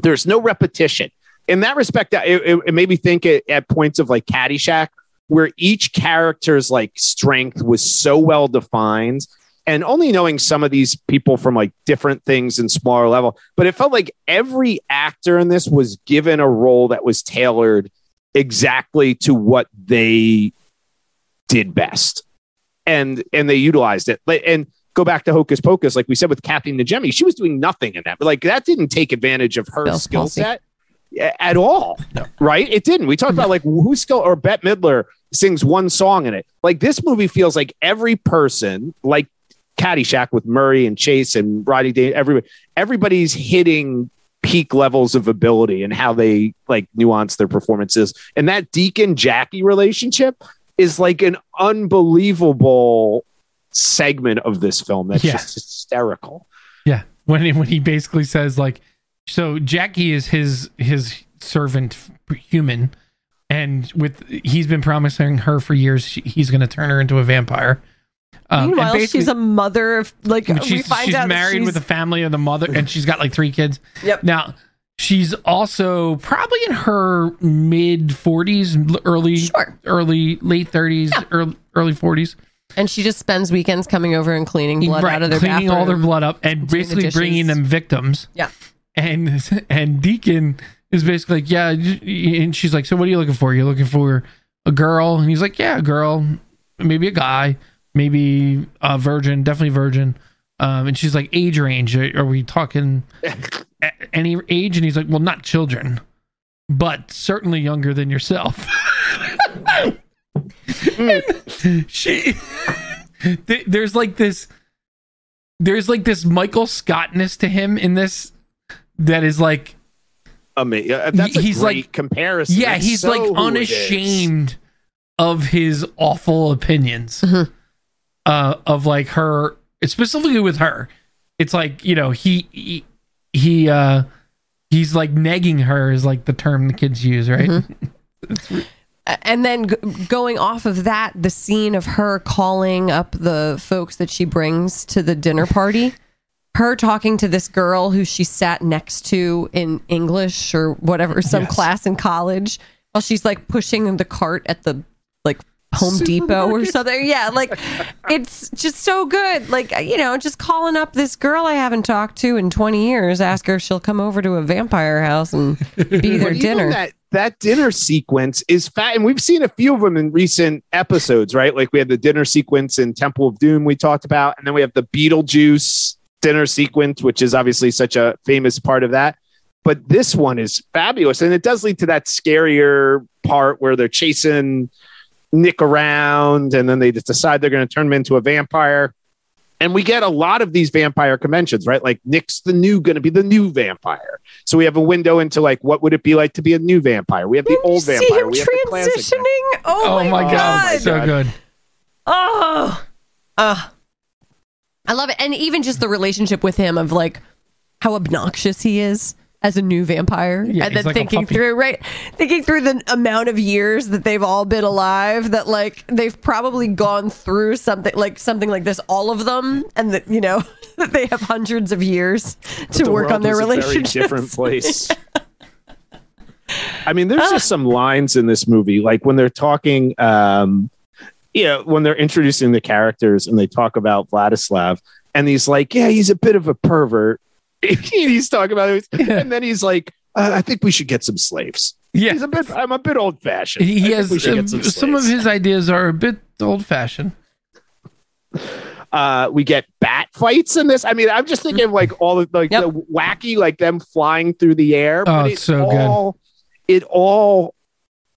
[SPEAKER 1] There's no repetition in that respect. I- It, it, it made me think at, at points of like Caddyshack, where each character's like strength was so well defined. And only knowing some of these people from like different things and smaller level, but it felt like every actor in this was given a role that was tailored exactly to what they did best and and they utilized it Like, and go back to Hocus Pocus, like we said with Kathy Najemi, she was doing nothing in that. But like that didn't take advantage of her
[SPEAKER 3] Bill's
[SPEAKER 1] skill
[SPEAKER 3] palsy.
[SPEAKER 1] set a- at all,
[SPEAKER 2] No.
[SPEAKER 1] right? It didn't. We talked about like who's skill or Bette Midler sings one song in it. Like this movie feels like every person, like Caddyshack with Murray and Chase and Roddy Day, everybody, everybody's hitting peak levels of ability and how they like nuance their performances. And that Deacon Jackie relationship is like an unbelievable segment of this film that's
[SPEAKER 2] Yeah.
[SPEAKER 1] just hysterical.
[SPEAKER 2] Yeah, when he, when he basically says like, so Jackie is his his servant f- human, and with he's been promising her for years she, he's going to turn her into a vampire. Um, and
[SPEAKER 3] Meanwhile,
[SPEAKER 2] basically-
[SPEAKER 3] she's a mother of like
[SPEAKER 2] I mean,
[SPEAKER 3] we
[SPEAKER 2] she's,
[SPEAKER 3] find
[SPEAKER 2] she's
[SPEAKER 3] out that
[SPEAKER 2] married
[SPEAKER 3] she's,
[SPEAKER 2] with a family of the mother, and she's got like three kids.
[SPEAKER 3] Yep.
[SPEAKER 2] Now she's also probably in her mid forties, early,
[SPEAKER 3] Sure.
[SPEAKER 2] early late thirties, early early forties.
[SPEAKER 3] and she just spends weekends coming over and cleaning blood out of their
[SPEAKER 2] cleaning
[SPEAKER 3] bathroom.
[SPEAKER 2] all their blood up and
[SPEAKER 3] doing the
[SPEAKER 2] basically
[SPEAKER 3] dishes.
[SPEAKER 2] bringing them victims.
[SPEAKER 3] Yeah.
[SPEAKER 2] And and Deacon is basically like, yeah, and she's like, so what are you looking for? You're looking for a girl, and he's like, yeah, a girl, maybe a guy, maybe a virgin, definitely virgin. Um, and she's like, age range? Are, are we talking a- any age? And he's like, well, not children, but certainly younger than yourself. she th- there's like this there's like this michael scottness to him in this that is like
[SPEAKER 1] Amazing. uh, That's a
[SPEAKER 2] He's
[SPEAKER 1] great
[SPEAKER 2] like-
[SPEAKER 1] comparison.
[SPEAKER 2] yeah
[SPEAKER 1] That's
[SPEAKER 2] he's
[SPEAKER 1] so
[SPEAKER 2] like
[SPEAKER 1] who it is. Mm-hmm.
[SPEAKER 2] unashamed of his awful opinions
[SPEAKER 3] Mhm.
[SPEAKER 2] uh of like her specifically with her it's like you know he he, he uh he's like negging her is like the term the kids use right
[SPEAKER 1] Mm-hmm.
[SPEAKER 3] and then g- going off of that, the scene of her calling up the folks that she brings to the dinner party, her talking to this girl who she sat next to in English or whatever, some
[SPEAKER 2] Yes.
[SPEAKER 3] class in college, while she's like pushing the cart at the like Home Depot or something. Yeah, like it's just so good. Like, you know, just calling up this girl I haven't talked to in 20 years, ask her if she'll come over to a vampire house and be their
[SPEAKER 1] But even
[SPEAKER 3] dinner.
[SPEAKER 1] That, that dinner sequence is fat, and we've seen a few of them in recent episodes, right? Like we had the dinner sequence in Temple of Doom we talked about, and then we have the Beetlejuice dinner sequence, which is obviously such a famous part of that. But this one is fabulous, and it does lead to that scarier part where they're chasing Nick around, and then they just decide they're going to turn him into a vampire. And we get a lot of these vampire conventions, right? Like Nick's the new going to be the new vampire. So we have a window into like what would it be like to be a new vampire. We have the
[SPEAKER 3] Didn't you
[SPEAKER 1] old
[SPEAKER 3] see
[SPEAKER 1] vampire.
[SPEAKER 3] him
[SPEAKER 1] We have the classic. vampire.
[SPEAKER 3] transitioning. Oh, my god!
[SPEAKER 1] God.
[SPEAKER 2] so good
[SPEAKER 3] Oh, Ugh. I love it, and even just the relationship with him of like how obnoxious he is as a new vampire,
[SPEAKER 2] Yeah,
[SPEAKER 3] and
[SPEAKER 2] he's
[SPEAKER 3] then
[SPEAKER 2] like a
[SPEAKER 3] thinking
[SPEAKER 2] puppy.
[SPEAKER 3] through right, thinking through the amount of years that they've all been alive, that like they've probably gone through something like something like this, all of them, and that you know that they have hundreds of years to
[SPEAKER 1] The
[SPEAKER 3] work
[SPEAKER 1] world
[SPEAKER 3] on their
[SPEAKER 1] is a very
[SPEAKER 3] relationships.
[SPEAKER 1] different place. I mean, there's just some lines in this movie, like when they're talking, um, you know, when they're introducing the characters and they talk about Vladislav, and he's like, "Yeah, he's a bit of a pervert." he's talking about, it, and then he's like, uh, "I think we should get some slaves."
[SPEAKER 2] yeah
[SPEAKER 1] He's a bit. I'm a bit old fashioned.
[SPEAKER 2] he has uh, some, of his ideas are a bit old fashioned.
[SPEAKER 1] Uh, we get bat fights in this. I mean, I'm just thinking of, like all of like
[SPEAKER 3] Yep.
[SPEAKER 1] the wacky, like them flying through the air.
[SPEAKER 2] Oh, it's so good.
[SPEAKER 1] good. It all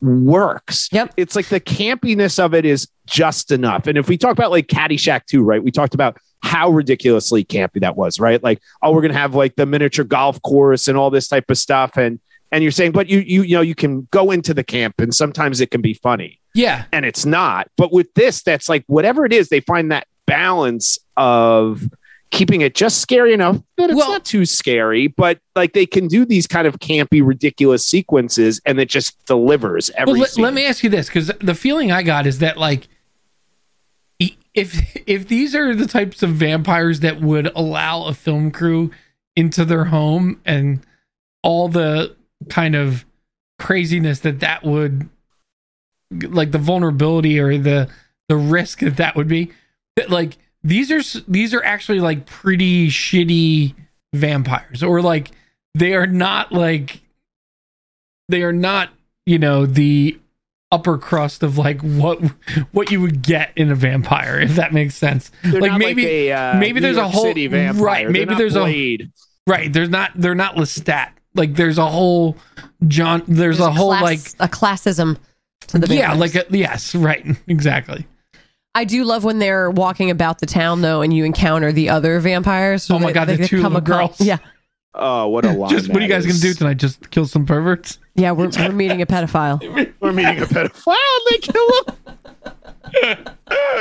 [SPEAKER 1] works.
[SPEAKER 3] Yep.
[SPEAKER 1] It's like the campiness of it is just enough. And if we talk about like Caddyshack too, right? We talked about how ridiculously campy that was, right? Like, oh, we're gonna have like the miniature golf course and all this type of stuff, and and you're saying, but you you you know you can go into the camp, and sometimes it can be funny
[SPEAKER 2] Yeah,
[SPEAKER 1] and it's not. But with this, that's like whatever it is, they find that balance of keeping it just scary enough that it's
[SPEAKER 2] Well-
[SPEAKER 1] not too scary, but like they can do these kind of campy, ridiculous sequences, and it just delivers every.
[SPEAKER 2] well, let,
[SPEAKER 1] scene.
[SPEAKER 2] let me ask you this because the feeling I got is that like, e- if if these are the types of vampires that would allow a film crew into their home and all the kind of craziness that that would like the vulnerability or the the risk that that would be that like these are s- these are actually like pretty shitty vampires or like they are not like they are not you know the upper crust of like what what you would get in a vampire, if that makes sense.
[SPEAKER 4] They're
[SPEAKER 2] like
[SPEAKER 4] not
[SPEAKER 2] maybe
[SPEAKER 4] a, uh,
[SPEAKER 2] maybe
[SPEAKER 4] New
[SPEAKER 2] there's a
[SPEAKER 4] York
[SPEAKER 2] whole-
[SPEAKER 4] City vampire.
[SPEAKER 2] right,
[SPEAKER 4] They're
[SPEAKER 2] maybe
[SPEAKER 4] not
[SPEAKER 2] there's a-
[SPEAKER 4] Blade.
[SPEAKER 2] right. There's not they're not Lestat. Like there's a whole John. There's, a whole
[SPEAKER 3] class-
[SPEAKER 2] like
[SPEAKER 3] a classism to the
[SPEAKER 2] yeah,
[SPEAKER 3] vampires.
[SPEAKER 2] like a, yes, right, exactly.
[SPEAKER 3] I do love when they're walking about the town though, and you encounter the other vampires.
[SPEAKER 2] Oh my God, the two
[SPEAKER 3] become
[SPEAKER 2] little
[SPEAKER 3] a cult.
[SPEAKER 2] girls.
[SPEAKER 3] Yeah,
[SPEAKER 1] Oh, what a line!
[SPEAKER 2] Just what are you
[SPEAKER 1] that
[SPEAKER 2] guys gonna
[SPEAKER 1] is.
[SPEAKER 2] do tonight? Just kill some perverts?
[SPEAKER 3] yeah, we're, we're meeting a pedophile.
[SPEAKER 1] We're meeting a pedophile. They kill him.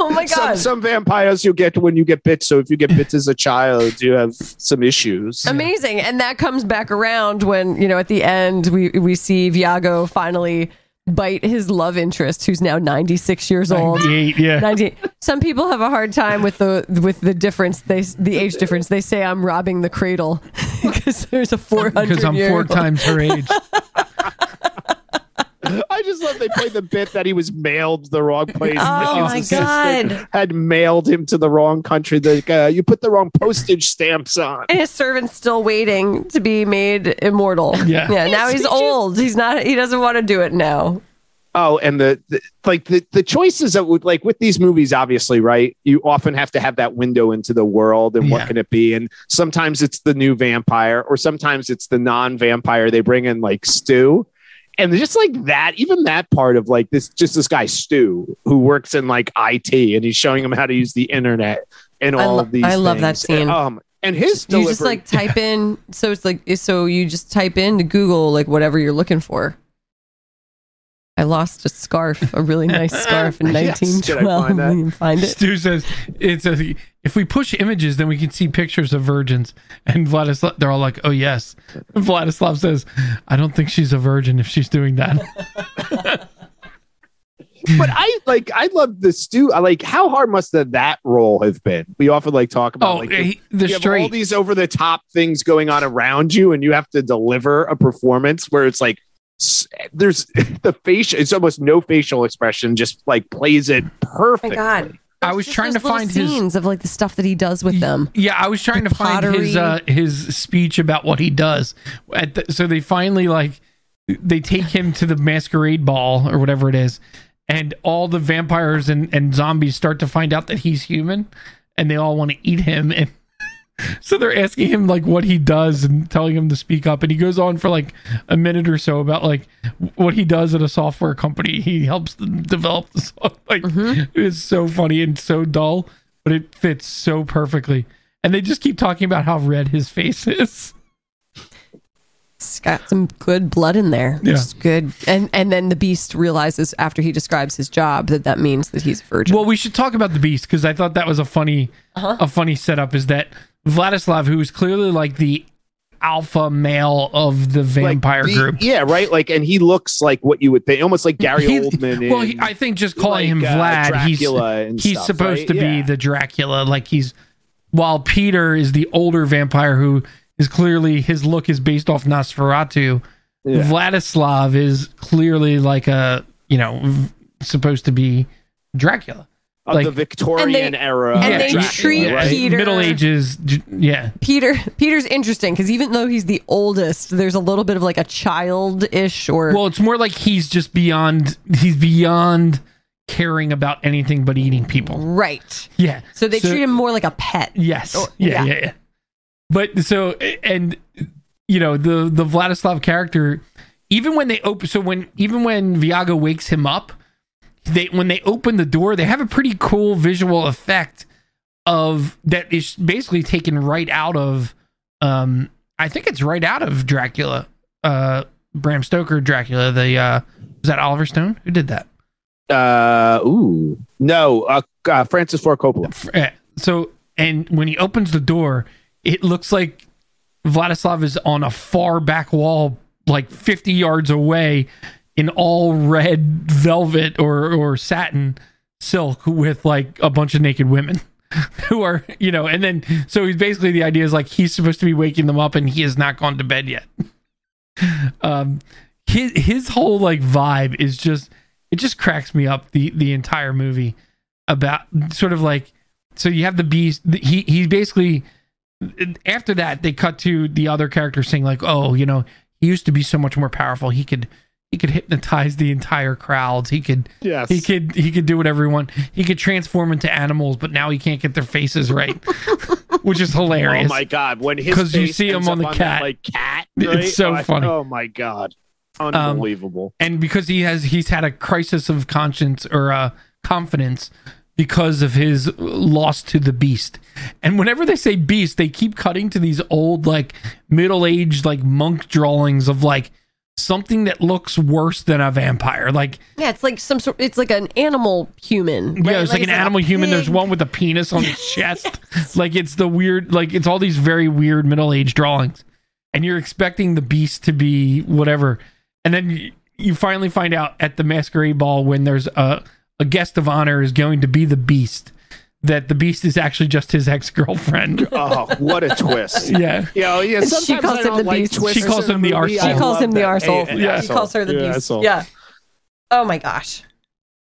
[SPEAKER 3] Oh my
[SPEAKER 1] Some,
[SPEAKER 3] god!
[SPEAKER 1] some vampires you get when you get bit. So if you get bit as a child, you have some issues.
[SPEAKER 3] Amazing, and that comes back around when you know at the end we we see Viago finally bite his love interest, who's now ninety six years old.
[SPEAKER 2] 98, yeah.
[SPEAKER 3] 98. Some people have a hard time with the with the difference. They the age difference. They say I'm robbing the cradle because there's a 400
[SPEAKER 2] Because I'm
[SPEAKER 3] year
[SPEAKER 2] four times her age.
[SPEAKER 1] I just love they played the bit that he was mailed the wrong place.
[SPEAKER 3] Oh
[SPEAKER 1] His
[SPEAKER 3] my
[SPEAKER 1] assistant
[SPEAKER 3] god!
[SPEAKER 1] Had mailed him to the wrong country. Like uh, you put the wrong postage stamps on.
[SPEAKER 3] And his servant's still waiting to be made immortal.
[SPEAKER 2] Yeah.
[SPEAKER 3] Yeah. Now he's old. He's not. He doesn't want to do it now.
[SPEAKER 1] Oh, and the, the like the the choices that would like with these movies, obviously, right? You often have to have that window into the world and
[SPEAKER 2] Yeah.
[SPEAKER 1] what can it be? And sometimes it's the new vampire, or sometimes it's the non-vampire. They bring in like Stu, and just like that, even that part of like this, just this guy Stu who works in like IT, and he's showing him how to use the internet and
[SPEAKER 3] I
[SPEAKER 1] all
[SPEAKER 3] lo-
[SPEAKER 1] of these.
[SPEAKER 3] I love that
[SPEAKER 1] things.
[SPEAKER 3] scene.
[SPEAKER 1] Um, and his
[SPEAKER 3] you just
[SPEAKER 1] delivery-
[SPEAKER 3] like type in. So it's like. So you just type in to Google like whatever you're looking for. I lost a scarf, a really nice scarf in
[SPEAKER 1] Yes, did I find
[SPEAKER 3] 1912.
[SPEAKER 1] that?
[SPEAKER 3] You can find it.
[SPEAKER 2] Stu says it's a if we push images, then we can see pictures of virgins. And Vladislav, they're all like, "Oh yes." Vladislav says, "I don't think she's a virgin if she's doing that."
[SPEAKER 1] but I like I love the stew. I like how hard must the, that role have been? We often like talk about
[SPEAKER 2] oh,
[SPEAKER 1] like
[SPEAKER 2] he- the
[SPEAKER 1] you have all
[SPEAKER 2] straight.
[SPEAKER 1] these over the top things going on around you, and you have to deliver a performance where it's like s- there's the facial. It's almost no facial expression. Just like plays
[SPEAKER 3] Oh
[SPEAKER 1] it perfect.
[SPEAKER 2] I was
[SPEAKER 3] Just
[SPEAKER 2] trying to
[SPEAKER 3] those little
[SPEAKER 2] find his
[SPEAKER 3] scenes of like the stuff that he does with them.
[SPEAKER 2] Yeah, I was trying to find his
[SPEAKER 3] pottery.
[SPEAKER 2] uh, his speech about what he does. At the, so they finally like they take him to the masquerade ball or whatever it is, and all the vampires and, and zombies start to find out that he's human, and they all want to eat him. And so they're asking him like what he does and telling him to speak up, and he goes on for like a minute or so about like what he does at a software company. He helps them develop the software. Like it's so funny and so dull, but it fits so perfectly. And they just keep talking about how red his face is.
[SPEAKER 3] It's got some good blood in there.
[SPEAKER 2] Yeah.
[SPEAKER 3] It's good. And and then the beast realizes after he describes his job that that means that he's a virgin.
[SPEAKER 2] Well, we should talk about the beast because I thought that was a funny, a funny setup. Is that Vladislav, who is clearly like the alpha male of the
[SPEAKER 1] Like,
[SPEAKER 2] vampire
[SPEAKER 1] the-
[SPEAKER 2] group?
[SPEAKER 1] Yeah, right. Like, and he looks like what you would think, almost like Gary
[SPEAKER 2] He-
[SPEAKER 1] Oldman.
[SPEAKER 2] well,
[SPEAKER 1] in,
[SPEAKER 2] he, I think just calling him
[SPEAKER 1] like, uh,
[SPEAKER 2] Vlad,
[SPEAKER 1] Dracula
[SPEAKER 2] he's
[SPEAKER 1] and
[SPEAKER 2] he's
[SPEAKER 1] stuff,
[SPEAKER 2] supposed
[SPEAKER 1] right?
[SPEAKER 2] to be
[SPEAKER 1] Yeah.
[SPEAKER 2] the Dracula. Like he's while Peter is the older vampire who is clearly his look is based off Nosferatu.
[SPEAKER 1] Yeah.
[SPEAKER 2] Vladislav is clearly like a you know v- supposed to be Dracula.
[SPEAKER 1] of
[SPEAKER 2] like-
[SPEAKER 1] the Victorian
[SPEAKER 3] And they-
[SPEAKER 1] era.
[SPEAKER 3] and
[SPEAKER 1] of
[SPEAKER 3] they
[SPEAKER 1] Uh, Dracula,
[SPEAKER 3] treat
[SPEAKER 1] right?
[SPEAKER 3] Peter-
[SPEAKER 2] Middle Ages. j- Yeah,
[SPEAKER 3] Peter Peter's interesting because even though he's the oldest, there's a little bit of like a childish or
[SPEAKER 2] Well, it's more like he's just beyond. He's beyond caring about anything but eating people.
[SPEAKER 3] right.
[SPEAKER 2] Yeah.
[SPEAKER 3] So they treat him more like a pet.
[SPEAKER 2] Yes.
[SPEAKER 3] Or-
[SPEAKER 2] yeah,
[SPEAKER 3] yeah.
[SPEAKER 2] yeah. Yeah. But so and you know the the Vladislav character, even when they open, so when even when Viago wakes him up, they when they open the door, they have a pretty cool visual effect of that is basically taken right out of um I think it's right out of Dracula. Uh Bram Stoker Dracula, the uh was that Oliver Stone? Who did that?
[SPEAKER 1] Uh, ooh, no, uh, uh, Francis Ford Coppola.
[SPEAKER 2] Yeah. eh, So, and when he opens the door, it looks like Vladislav is on a far back wall, like 50 yards away, in all red velvet or, or satin silk with like a bunch of naked women who are, you know, and then so he's basically the idea is like he's supposed to be waking them up and he has not gone to bed yet. um, his, his whole like vibe is just, it just cracks me up the, the entire movie about sort of like so you have the beast th- he he's basically after that they cut to the other character saying like oh you know he used to be so much more powerful he could He could hypnotize the entire crowds. He could
[SPEAKER 1] Yes.
[SPEAKER 2] he could he could do whatever he want. He could transform into animals, but now he can't get their faces right, which is hilarious.
[SPEAKER 1] Oh my god! When his
[SPEAKER 2] 'Cause you
[SPEAKER 1] face
[SPEAKER 2] see him
[SPEAKER 1] ends
[SPEAKER 2] on
[SPEAKER 1] up
[SPEAKER 2] the
[SPEAKER 1] that,
[SPEAKER 2] cat.
[SPEAKER 1] like cat.
[SPEAKER 2] It's
[SPEAKER 1] right?
[SPEAKER 2] so
[SPEAKER 1] Oh, I-
[SPEAKER 2] funny. Um,
[SPEAKER 1] oh my god! Unbelievable.
[SPEAKER 2] and because he has he's had a crisis of conscience or uh, confidence because of his loss to the beast and whenever they say beast they keep cutting to these old like middle-aged like monk drawings of like something that looks worse than a vampire like
[SPEAKER 3] Yeah, it's like some sort. It's like an animal human.
[SPEAKER 2] yeah it's like an animal human there's one with a penis on his chest like it's the weird like it's all these very weird middle-aged drawings and you're expecting the beast to be whatever and then y- you finally find out at the masquerade ball when there's a, a guest of honor is going to be the beast that the beast is actually just his ex-girlfriend
[SPEAKER 1] oh, what a twist!
[SPEAKER 2] yeah
[SPEAKER 1] Yeah, oh, yeah. Sometimes
[SPEAKER 3] calls
[SPEAKER 1] I
[SPEAKER 3] him
[SPEAKER 1] don't
[SPEAKER 3] the
[SPEAKER 1] like
[SPEAKER 3] beast. She
[SPEAKER 1] twists
[SPEAKER 2] calls
[SPEAKER 1] in
[SPEAKER 2] him the
[SPEAKER 1] movie.
[SPEAKER 2] arsehole.
[SPEAKER 1] I
[SPEAKER 3] She calls
[SPEAKER 1] love
[SPEAKER 3] him the
[SPEAKER 1] that.
[SPEAKER 3] arsehole.
[SPEAKER 1] Hey,
[SPEAKER 3] yeah,
[SPEAKER 1] an
[SPEAKER 3] she calls her the
[SPEAKER 1] asshole. Yeah,
[SPEAKER 3] beast.
[SPEAKER 1] asshole.
[SPEAKER 3] Yeah. Oh my gosh.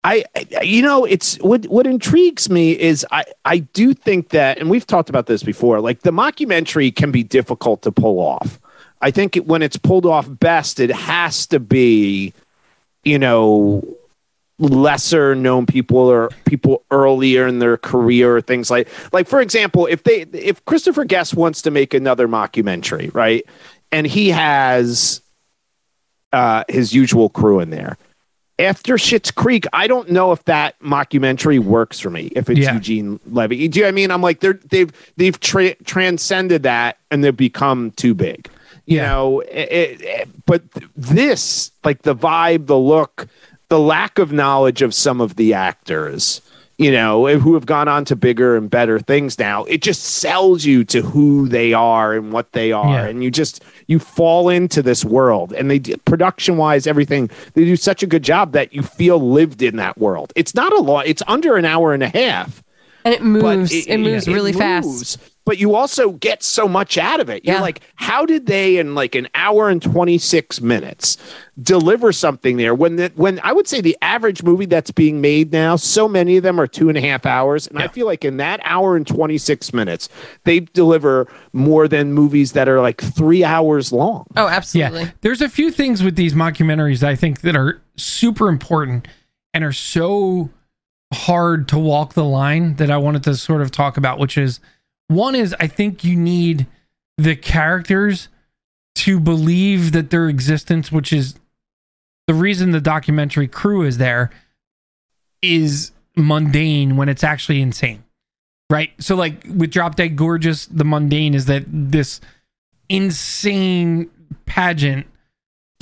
[SPEAKER 1] I, I- you know, it's what what intrigues me is I I do think that, and we've talked about this before. Like the mockumentary can be difficult to pull off. I think it, when it's pulled off best, it has to be, you know, lesser known people or people earlier in their career or things like like for example if they if christopher guest wants to make another mockumentary right and he has uh his usual crew in there after Schitt's Creek, I don't know if that mockumentary works for me. If it's
[SPEAKER 2] Yeah.
[SPEAKER 1] Eugene Levy, do you know what I mean? I'm like they're they've they've tra- transcended that and they've become too big. You
[SPEAKER 2] Yeah.
[SPEAKER 1] know, it, it- it- but this like the vibe, the look, the lack of knowledge of some of the actors, you know, who have gone on to bigger and better things now. It just sells you to who they are and what they are,
[SPEAKER 2] Yeah.
[SPEAKER 1] and and you just you fall into this world and they production wise everything they do such a good job that you feel lived in that world it's not a lot it's under an hour and a half
[SPEAKER 3] And it
[SPEAKER 1] but
[SPEAKER 3] moves. It, moves really fast.
[SPEAKER 1] moves, but you also get so much out of it you're
[SPEAKER 3] Yeah.
[SPEAKER 1] like how did they in like an hour and 26 minutes deliver something there when the, when i would say the average movie that's being made now so many of them are two and a half hours and i feel like in that hour and 26 minutes they deliver more than movies that are like three hours long
[SPEAKER 3] Oh,
[SPEAKER 2] Yeah,
[SPEAKER 3] absolutely.
[SPEAKER 2] there's a few things with these mockumentaries that I think that are super important and are so hard to walk the line that I wanted to sort of talk about, which is one is I think you need the characters to believe that their existence, which is the reason the documentary crew is there, is mundane when it's actually insane. Right? So like with Drop Dead Gorgeous, the mundane is that this insane pageant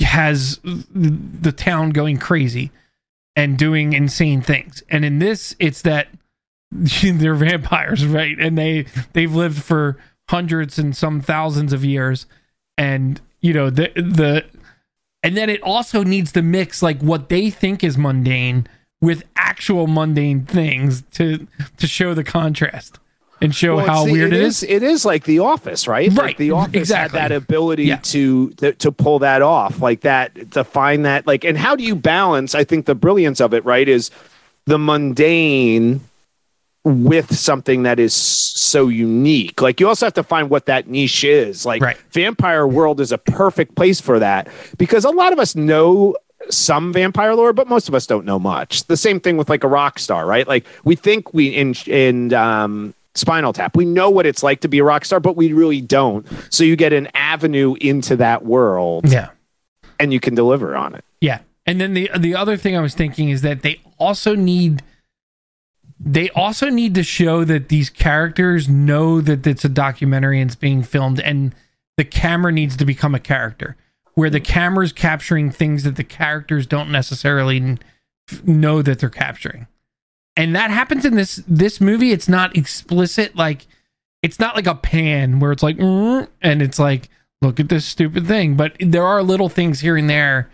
[SPEAKER 2] has the town going crazy and doing insane things. And in this, it's that they're vampires, right? And they they've lived for hundreds and some thousands of years, and you know the the and then it also needs to mix like what they think is mundane with actual mundane things to to show the contrast and show
[SPEAKER 1] Well,
[SPEAKER 2] how
[SPEAKER 1] it's the-
[SPEAKER 2] weird it is.
[SPEAKER 1] It is like The Office, right?
[SPEAKER 2] Right,
[SPEAKER 1] Like the Office
[SPEAKER 2] exactly.
[SPEAKER 1] had that ability
[SPEAKER 2] Yeah.
[SPEAKER 1] to, to to pull that off, like that to find that like. And how do you balance? I think the brilliance of it, right, is the mundane with something that is so unique. Like you also have to find what that niche is. Like
[SPEAKER 2] Right.
[SPEAKER 1] Vampire World is a perfect place for that because a lot of us know some vampire lore, but most of us don't know much. The same thing with like a rock star, right? Like we think we in in um, Spinal Tap, we know what it's like to be a rock star, but we really don't. So you get an avenue into that world,
[SPEAKER 2] yeah.
[SPEAKER 1] and you can deliver on it.
[SPEAKER 2] Yeah. And then the the other thing I was thinking is that they also need they also need to show that these characters know that it's a documentary and it's being filmed and the camera needs to become a character where the camera's capturing things that the characters don't necessarily n- f- know that they're capturing. And that happens in this this movie it's not explicit like it's not like a pan where it's like "Mm," and it's like look at this stupid thing but there are little things here and there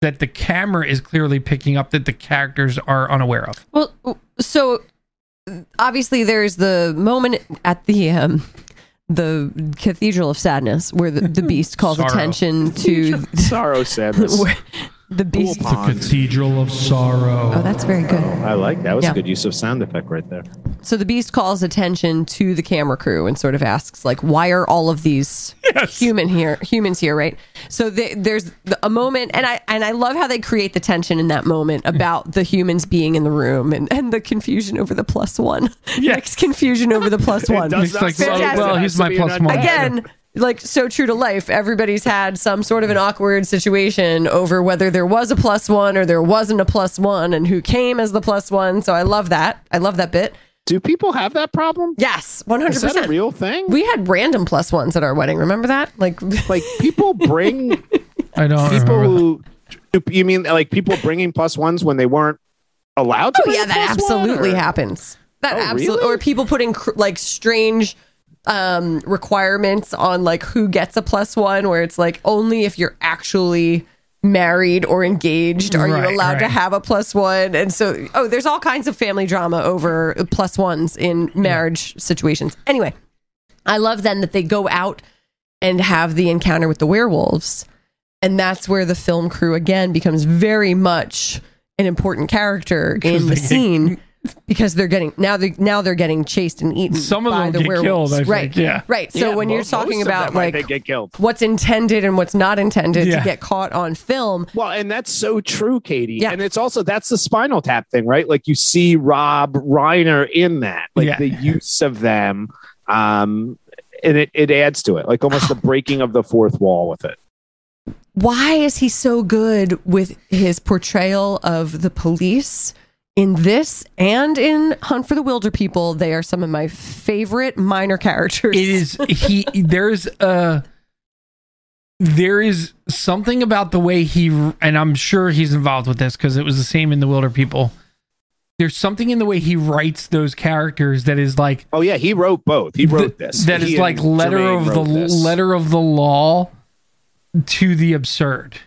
[SPEAKER 2] that the camera is clearly picking up that the characters are unaware of.
[SPEAKER 3] Well, so obviously there's the moment at the um, the Cathedral of Sadness where the, the beast calls
[SPEAKER 2] Sorrow.
[SPEAKER 3] attention to
[SPEAKER 1] Sorrow, sadness.
[SPEAKER 3] where, The beast.
[SPEAKER 1] Pool pond.
[SPEAKER 2] Cathedral of Sorrow.
[SPEAKER 3] Oh, that's very good.
[SPEAKER 1] I like that. Was
[SPEAKER 3] Yeah.
[SPEAKER 1] a good use of sound effect right there.
[SPEAKER 3] So the beast calls attention to the camera crew and sort of asks, like, why are all of these human here humans here, right? So they, there's the- a moment, and I and I love how they create the tension in that moment about the humans being in the room and, and the confusion over the plus one.
[SPEAKER 2] Yeah.
[SPEAKER 3] Next confusion over the plus one.
[SPEAKER 2] does not like,
[SPEAKER 3] well, well,
[SPEAKER 2] here's my plus one.
[SPEAKER 3] Again, like so true to life, everybody's had some sort of an awkward situation over whether there was a plus one or there wasn't a plus one and who came as the plus one. So I love that. I love that bit.
[SPEAKER 1] Do people have that problem?
[SPEAKER 3] Yes, one hundred
[SPEAKER 1] Is that a
[SPEAKER 3] percent.
[SPEAKER 1] real thing?
[SPEAKER 3] We had random plus ones at our wedding. Remember that? Like,
[SPEAKER 1] like people bring
[SPEAKER 2] I don't
[SPEAKER 1] people
[SPEAKER 2] remember.
[SPEAKER 1] who you mean like people bringing plus ones when they weren't allowed to
[SPEAKER 3] oh
[SPEAKER 1] bring
[SPEAKER 3] yeah,
[SPEAKER 1] a
[SPEAKER 3] that
[SPEAKER 1] plus one,
[SPEAKER 3] absolutely
[SPEAKER 1] or-
[SPEAKER 3] happens. That
[SPEAKER 1] Oh,
[SPEAKER 3] absolutely,
[SPEAKER 1] really?
[SPEAKER 3] or people putting cr- like strange um requirements on like who gets a plus one, where it's like only if you're actually married or engaged are
[SPEAKER 2] Right,
[SPEAKER 3] you allowed to
[SPEAKER 2] right.
[SPEAKER 3] have a plus one. And so, oh, there's all kinds of family drama over plus ones in marriage situations. Anyway, I love then that they go out and have the encounter with the werewolves. And that's where the film crew again becomes very much an important character in
[SPEAKER 2] they
[SPEAKER 3] the
[SPEAKER 2] get-
[SPEAKER 3] scene because they're getting now they now they're getting chased and eaten.
[SPEAKER 2] Some of
[SPEAKER 3] by
[SPEAKER 2] them
[SPEAKER 3] the
[SPEAKER 2] get
[SPEAKER 3] werewolves.
[SPEAKER 2] killed, I
[SPEAKER 3] right?
[SPEAKER 2] think, yeah.
[SPEAKER 3] right. So
[SPEAKER 1] Yeah,
[SPEAKER 3] when
[SPEAKER 1] mo-
[SPEAKER 3] you're talking
[SPEAKER 1] most of
[SPEAKER 3] about
[SPEAKER 1] them, I
[SPEAKER 3] like
[SPEAKER 1] think, get killed.
[SPEAKER 3] what's intended and what's not intended
[SPEAKER 2] Yeah.
[SPEAKER 3] to get caught on film,
[SPEAKER 1] Well, and that's so true, Katie.
[SPEAKER 3] Yeah.
[SPEAKER 1] And it's also that's the Spinal Tap thing, right? Like you see Rob Reiner in that, like
[SPEAKER 2] Yeah.
[SPEAKER 1] the use of them, um, and it, it adds to it, like almost the breaking of the fourth wall with it.
[SPEAKER 3] why is he so good with his portrayal of the police in this and in Hunt for the Wilder People? They are some of my favorite minor characters.
[SPEAKER 2] It is he. There's a there is something about the way he and I'm sure he's involved with this because it was the same in the Wilder People. There's something in the way he writes those characters that is like
[SPEAKER 1] Oh yeah, he wrote both. He wrote
[SPEAKER 2] Th-
[SPEAKER 1] this.
[SPEAKER 2] That is
[SPEAKER 1] He
[SPEAKER 2] like
[SPEAKER 1] and
[SPEAKER 2] letter
[SPEAKER 1] Jermaine
[SPEAKER 2] of the
[SPEAKER 1] wrote this.
[SPEAKER 2] letter of the law to the absurd.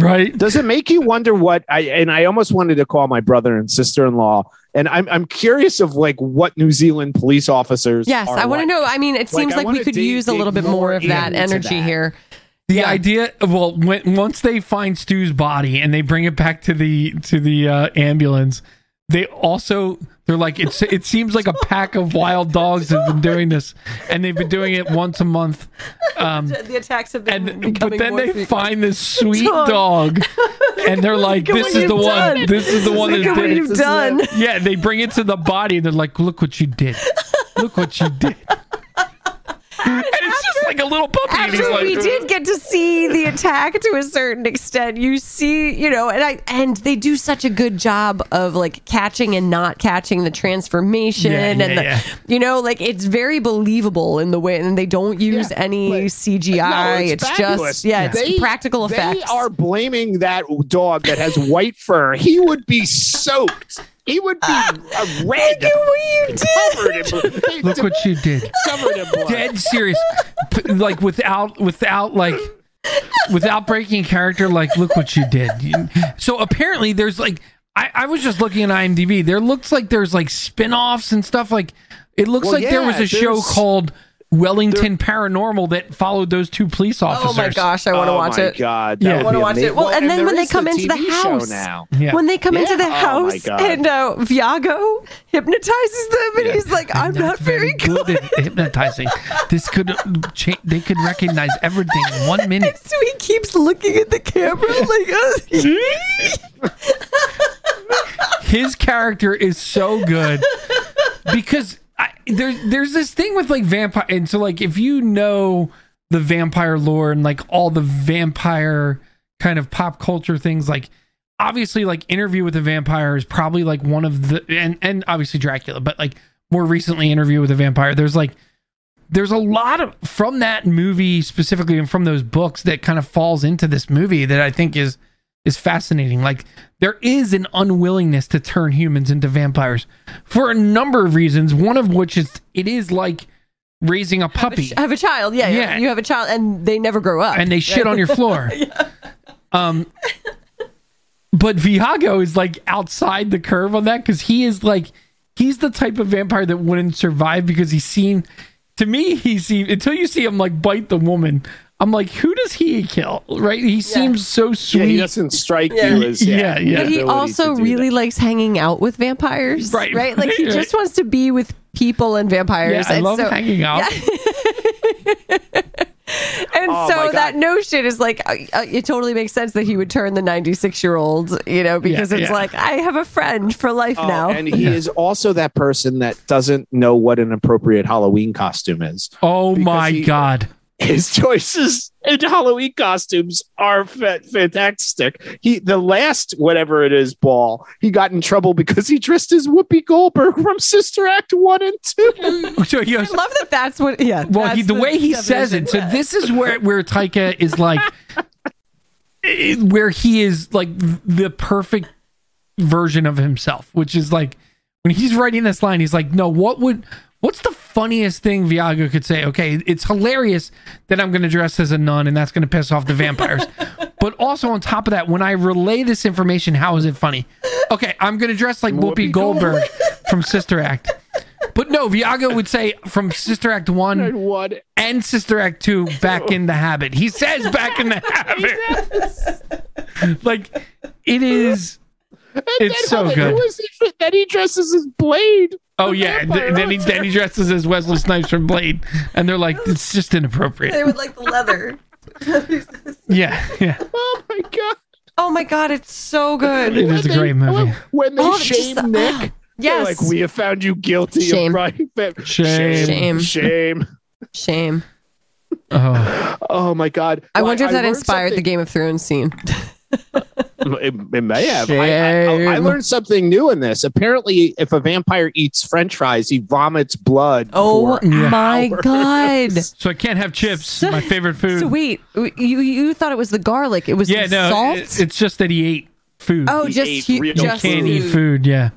[SPEAKER 2] right?
[SPEAKER 1] Does it make you wonder what I and I almost wanted to call my brother and sister in law, and I'm I'm curious of like what New Zealand police officers.
[SPEAKER 3] Yes,
[SPEAKER 1] are
[SPEAKER 3] I want to
[SPEAKER 1] like.
[SPEAKER 3] know. I mean, it seems
[SPEAKER 1] I
[SPEAKER 3] like we
[SPEAKER 1] wanna
[SPEAKER 3] could
[SPEAKER 1] dig-
[SPEAKER 3] use a
[SPEAKER 1] dig
[SPEAKER 3] little bit more
[SPEAKER 1] more
[SPEAKER 3] of that
[SPEAKER 1] into
[SPEAKER 3] energy
[SPEAKER 1] that.
[SPEAKER 3] here.
[SPEAKER 2] The
[SPEAKER 3] Yeah.
[SPEAKER 2] idea well when, once they find Stu's body and they bring it back to the to the uh, ambulance, they also they're like it's it seems like a pack of wild dogs have been doing this and they've been doing it once a month. Um
[SPEAKER 3] The attacks have been
[SPEAKER 2] and but then they find this sweet
[SPEAKER 3] Dog.
[SPEAKER 2] dog and they're like
[SPEAKER 3] at
[SPEAKER 2] this is
[SPEAKER 3] what
[SPEAKER 2] the
[SPEAKER 3] you've
[SPEAKER 2] one
[SPEAKER 3] done.
[SPEAKER 2] this is the one
[SPEAKER 3] Look
[SPEAKER 2] that
[SPEAKER 3] at what
[SPEAKER 2] did it.
[SPEAKER 3] you've done.
[SPEAKER 2] Yeah, they bring it to the body and they're like, look what you did. Look what you did. and it's just like a little puppy. and he's
[SPEAKER 3] Actually,
[SPEAKER 2] like,
[SPEAKER 3] we did get to see the attack to a certain extent. You see, you know, and I and they do such a good job of like catching and not catching the transformation
[SPEAKER 2] Yeah,
[SPEAKER 3] and
[SPEAKER 2] yeah,
[SPEAKER 3] the,
[SPEAKER 2] yeah.
[SPEAKER 3] you know, like it's very believable in the way, and they don't use any CGI.
[SPEAKER 1] No,
[SPEAKER 3] it's
[SPEAKER 1] fabulous.
[SPEAKER 3] just yeah, it's
[SPEAKER 1] They-
[SPEAKER 3] practical effects.
[SPEAKER 1] They are blaming that dog that has white fur. He would be soaked. He would be a red.
[SPEAKER 3] Look at
[SPEAKER 1] Covered
[SPEAKER 3] what you did.
[SPEAKER 1] in blood.
[SPEAKER 2] look what you did.
[SPEAKER 1] covered in blood.
[SPEAKER 2] Dead serious. P- like without without like without breaking character, like look what you did. You- So apparently there's like I, I was just looking at IMDb. There looks like there's like spin-offs and stuff like it looks
[SPEAKER 1] Well,
[SPEAKER 2] like there was
[SPEAKER 1] yeah,
[SPEAKER 2] a show
[SPEAKER 1] there's-
[SPEAKER 2] called Wellington Paranormal that followed those two police
[SPEAKER 3] Oh
[SPEAKER 2] officers.
[SPEAKER 3] my gosh, I want to
[SPEAKER 1] oh
[SPEAKER 3] watch
[SPEAKER 1] my
[SPEAKER 3] it.
[SPEAKER 1] God,
[SPEAKER 2] Yeah.
[SPEAKER 1] yeah,
[SPEAKER 2] Wanna
[SPEAKER 3] watch it. Well, and then when they come into the house.
[SPEAKER 1] now,
[SPEAKER 2] Yeah.
[SPEAKER 3] When they come into the
[SPEAKER 1] Yeah. Oh, my
[SPEAKER 3] house
[SPEAKER 1] God.
[SPEAKER 3] and uh, Viago hypnotizes them, and
[SPEAKER 1] Yeah.
[SPEAKER 3] he's like, "I'm not very good."
[SPEAKER 2] at hypnotizing. This could change. They could recognize everything in one minute.
[SPEAKER 3] So he keeps looking at the camera "Oh, like, uh,
[SPEAKER 2] His character is so good because I, there, there's this thing with like vampire, and so like if you know the vampire lore and like all the vampire kind of pop culture things, like obviously like Interview with a Vampire is probably like one of the and and obviously Dracula, but like more recently Interview with a Vampire, there's like there's a lot of from that movie specifically and from those books that kind of falls into this movie that I think is is fascinating. Like there is an unwillingness to turn humans into vampires for a number of reasons. One of which is it is like raising a puppy
[SPEAKER 3] "I have a child." Yeah,
[SPEAKER 2] Yeah.
[SPEAKER 3] yeah, you have a child, and they never grow up.
[SPEAKER 2] and they shit on your floor. Um, but Viago is like outside the curve on that because he is like he's the type of vampire that wouldn't survive because he's seen. To me, he seemed until you see him like bite the woman. I'm like, who does he kill? Right? He seems so
[SPEAKER 1] Yeah, he
[SPEAKER 2] sweet.
[SPEAKER 1] doesn't strike
[SPEAKER 3] Yeah.
[SPEAKER 1] you as
[SPEAKER 2] Yeah, yeah.
[SPEAKER 1] the
[SPEAKER 3] But he
[SPEAKER 1] ability
[SPEAKER 3] also
[SPEAKER 1] to do
[SPEAKER 3] really likes hanging out with vampires.
[SPEAKER 2] Right,
[SPEAKER 3] Right. Like he
[SPEAKER 2] right,
[SPEAKER 3] just wants to be with people and
[SPEAKER 2] Yeah,
[SPEAKER 3] vampires.
[SPEAKER 2] I
[SPEAKER 3] and
[SPEAKER 2] love
[SPEAKER 3] so,
[SPEAKER 2] hanging out.
[SPEAKER 3] and
[SPEAKER 1] Oh, my
[SPEAKER 3] so
[SPEAKER 1] God.
[SPEAKER 3] that notion is like, uh, uh, it totally makes sense that he would turn the 96 year old, you know, because it's
[SPEAKER 2] yeah.
[SPEAKER 3] like, I have a friend for life
[SPEAKER 1] Oh,
[SPEAKER 3] now.
[SPEAKER 1] And he is also that person that doesn't know what an appropriate Halloween costume is.
[SPEAKER 2] Oh
[SPEAKER 1] Because
[SPEAKER 2] my
[SPEAKER 1] he-
[SPEAKER 2] god.
[SPEAKER 1] His choices in Halloween costumes are fa- fantastic. He the last whatever it is ball, he got in trouble because he dressed as Whoopi Goldberg from Sister Act 1 and 2.
[SPEAKER 2] So he
[SPEAKER 3] I
[SPEAKER 2] goes,
[SPEAKER 3] love that that's what, yeah.
[SPEAKER 2] well,
[SPEAKER 3] that's
[SPEAKER 2] he, the, way he
[SPEAKER 3] definition.
[SPEAKER 2] says it. So this is where where Taika is like, eh, where he is like the perfect version of himself, which is like when he's writing this line, he's like, no, what would what's the funniest thing Viago could say? Okay, it's hilarious that I'm going to dress as a nun and that's going to piss off the vampires. but also on top of that, when I relay this information, how is it funny? Okay, I'm going to dress like Whoopi,
[SPEAKER 1] Whoopi
[SPEAKER 2] Goldberg, from Sister Act. But no, Viago would say from Sister Act 1
[SPEAKER 1] One
[SPEAKER 2] and Sister Act 2 back in the habit. He says back in the habit. like it is
[SPEAKER 1] And
[SPEAKER 2] It's
[SPEAKER 1] then
[SPEAKER 2] so
[SPEAKER 1] how-
[SPEAKER 2] good.
[SPEAKER 1] who is he- then he dresses as Blade.
[SPEAKER 2] Oh yeah, and th- then he then he dresses as Wesley Snipes from Blade and they're like it's just
[SPEAKER 3] They
[SPEAKER 2] inappropriate.
[SPEAKER 3] would like the leather.
[SPEAKER 2] Yeah, yeah.
[SPEAKER 1] Oh my god!
[SPEAKER 3] oh my God, it's so good.
[SPEAKER 2] It is a
[SPEAKER 1] When they-
[SPEAKER 2] great movie.
[SPEAKER 1] When, when they
[SPEAKER 3] Oh, it's just
[SPEAKER 1] shame
[SPEAKER 3] the-
[SPEAKER 1] Nick, they're
[SPEAKER 3] Yes.
[SPEAKER 1] like we have found you guilty
[SPEAKER 3] Shame.
[SPEAKER 1] of writing that.
[SPEAKER 2] Shame.
[SPEAKER 1] shame, shame.
[SPEAKER 3] Shame.
[SPEAKER 2] Oh.
[SPEAKER 1] Oh my god!
[SPEAKER 3] I
[SPEAKER 1] Well,
[SPEAKER 3] wonder if that
[SPEAKER 1] learned
[SPEAKER 3] inspired the
[SPEAKER 1] something-
[SPEAKER 3] Game of Thrones scene.
[SPEAKER 1] It, it may have. I, I, I
[SPEAKER 3] Shame.
[SPEAKER 1] learned something new in this. Apparently, if a vampire eats French fries, he vomits blood.
[SPEAKER 3] Oh
[SPEAKER 1] for
[SPEAKER 3] my
[SPEAKER 1] hours.
[SPEAKER 3] God.
[SPEAKER 2] So I can't have chips, my favorite food.
[SPEAKER 3] So wait, w- you you thought it was the garlic? It was
[SPEAKER 2] yeah,
[SPEAKER 3] the
[SPEAKER 2] no.
[SPEAKER 3] salt.
[SPEAKER 2] it- it's just that he ate food.
[SPEAKER 3] oh,
[SPEAKER 1] He
[SPEAKER 3] just
[SPEAKER 1] ate
[SPEAKER 3] hu-
[SPEAKER 1] real
[SPEAKER 2] you
[SPEAKER 3] just
[SPEAKER 2] can't eat
[SPEAKER 3] food.
[SPEAKER 2] food, yeah.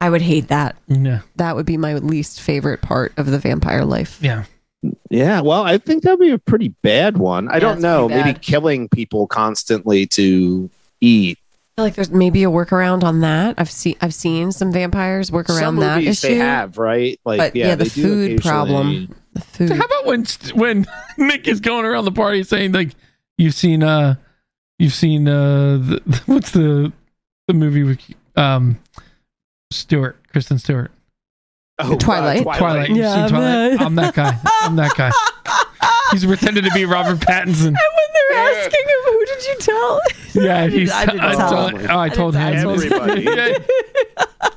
[SPEAKER 3] I would hate that.
[SPEAKER 2] No.
[SPEAKER 3] That would be my least favorite part of the vampire life.
[SPEAKER 2] Yeah.
[SPEAKER 1] Yeah, well, I think that'd be a pretty bad one. I don't
[SPEAKER 3] it's
[SPEAKER 1] know.
[SPEAKER 3] pretty
[SPEAKER 1] Maybe
[SPEAKER 3] bad.
[SPEAKER 1] killing people constantly to eat.
[SPEAKER 3] I feel like there's maybe a workaround on that. I've seen I've seen some vampires work around
[SPEAKER 1] Some
[SPEAKER 3] that
[SPEAKER 1] movies
[SPEAKER 3] issue.
[SPEAKER 1] they have right, like
[SPEAKER 3] but yeah,
[SPEAKER 1] yeah,
[SPEAKER 3] the
[SPEAKER 1] they do
[SPEAKER 3] food
[SPEAKER 1] occasionally-
[SPEAKER 3] problem. The food.
[SPEAKER 2] How about when st- when Nick is going around the party saying like you've seen uh you've seen uh the, what's the the movie with um Stewart, Kristen Stewart.
[SPEAKER 1] Oh, God,
[SPEAKER 3] Twilight.
[SPEAKER 2] Twilight. You've
[SPEAKER 3] Yeah,
[SPEAKER 2] seen
[SPEAKER 3] I'm
[SPEAKER 2] Twilight?
[SPEAKER 3] that-
[SPEAKER 2] I'm that guy. I'm that guy. He's pretending to be Robert Pattinson.
[SPEAKER 3] And when they're asking him, who did you tell?
[SPEAKER 2] Yeah,
[SPEAKER 3] I did-
[SPEAKER 2] he's,
[SPEAKER 3] I didn't
[SPEAKER 1] I
[SPEAKER 3] tell.
[SPEAKER 1] told-
[SPEAKER 2] oh, I told
[SPEAKER 3] I
[SPEAKER 2] him.
[SPEAKER 3] told
[SPEAKER 1] everybody.
[SPEAKER 2] Yeah.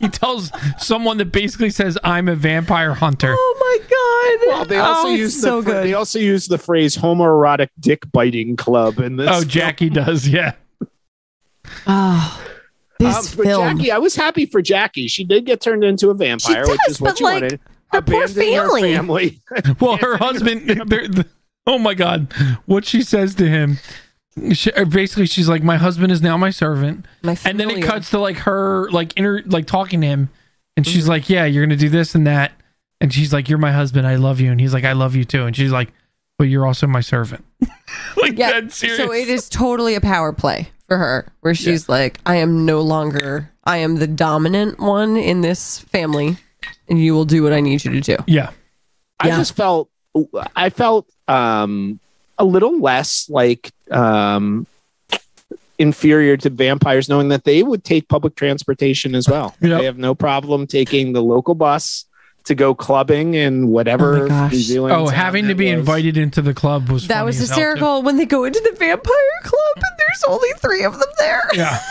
[SPEAKER 2] he tells someone that basically says, "I'm a vampire hunter."
[SPEAKER 3] oh my god!
[SPEAKER 1] Well, they also
[SPEAKER 3] oh, it's
[SPEAKER 1] use the
[SPEAKER 3] so
[SPEAKER 1] phr-
[SPEAKER 3] good.
[SPEAKER 1] they also use the phrase homoerotic dick biting club in this.
[SPEAKER 2] Oh, Jackie does. Yeah,
[SPEAKER 3] oh,
[SPEAKER 1] Um,
[SPEAKER 3] this
[SPEAKER 1] but
[SPEAKER 3] film.
[SPEAKER 1] Jackie, I was happy for Jackie. She did get turned into a vampire,
[SPEAKER 3] She
[SPEAKER 1] which
[SPEAKER 3] does,
[SPEAKER 1] is what
[SPEAKER 3] but,
[SPEAKER 1] you
[SPEAKER 3] like,
[SPEAKER 1] wanted.
[SPEAKER 3] her poor
[SPEAKER 1] Abandoning her
[SPEAKER 3] family.
[SPEAKER 1] family.
[SPEAKER 2] well her husband they're- th- oh my god what she says to him she, or basically she's like my husband is now my servant
[SPEAKER 3] My
[SPEAKER 2] and then it
[SPEAKER 3] familiar.
[SPEAKER 2] cuts to like her like inner like talking to him and
[SPEAKER 3] Mm-hmm.
[SPEAKER 2] she's like yeah you're gonna do this and that and she's like you're my husband i love you and he's like i love you too and she's like but you're also my servant like
[SPEAKER 3] Yeah.
[SPEAKER 2] that's serious
[SPEAKER 3] So it is totally a power play for her, where she's like, I am no longer, I am the dominant one in this family, and you will do what I need you to do.
[SPEAKER 2] yeah
[SPEAKER 1] I
[SPEAKER 3] Yeah.
[SPEAKER 1] just felt I felt um a little less like um inferior to vampires knowing that they would take public transportation as well.
[SPEAKER 2] Yep.
[SPEAKER 1] They have no problem taking the local bus to go clubbing and
[SPEAKER 3] Oh my
[SPEAKER 1] whatever
[SPEAKER 3] gosh.
[SPEAKER 1] New Zealand.
[SPEAKER 2] oh
[SPEAKER 1] town
[SPEAKER 2] having to
[SPEAKER 1] that
[SPEAKER 2] be
[SPEAKER 1] was.
[SPEAKER 2] invited into the club was
[SPEAKER 3] That
[SPEAKER 2] funny
[SPEAKER 3] was
[SPEAKER 2] as hell, too.
[SPEAKER 3] hysterical when they go into the vampire club and there's only three of them there.
[SPEAKER 2] yeah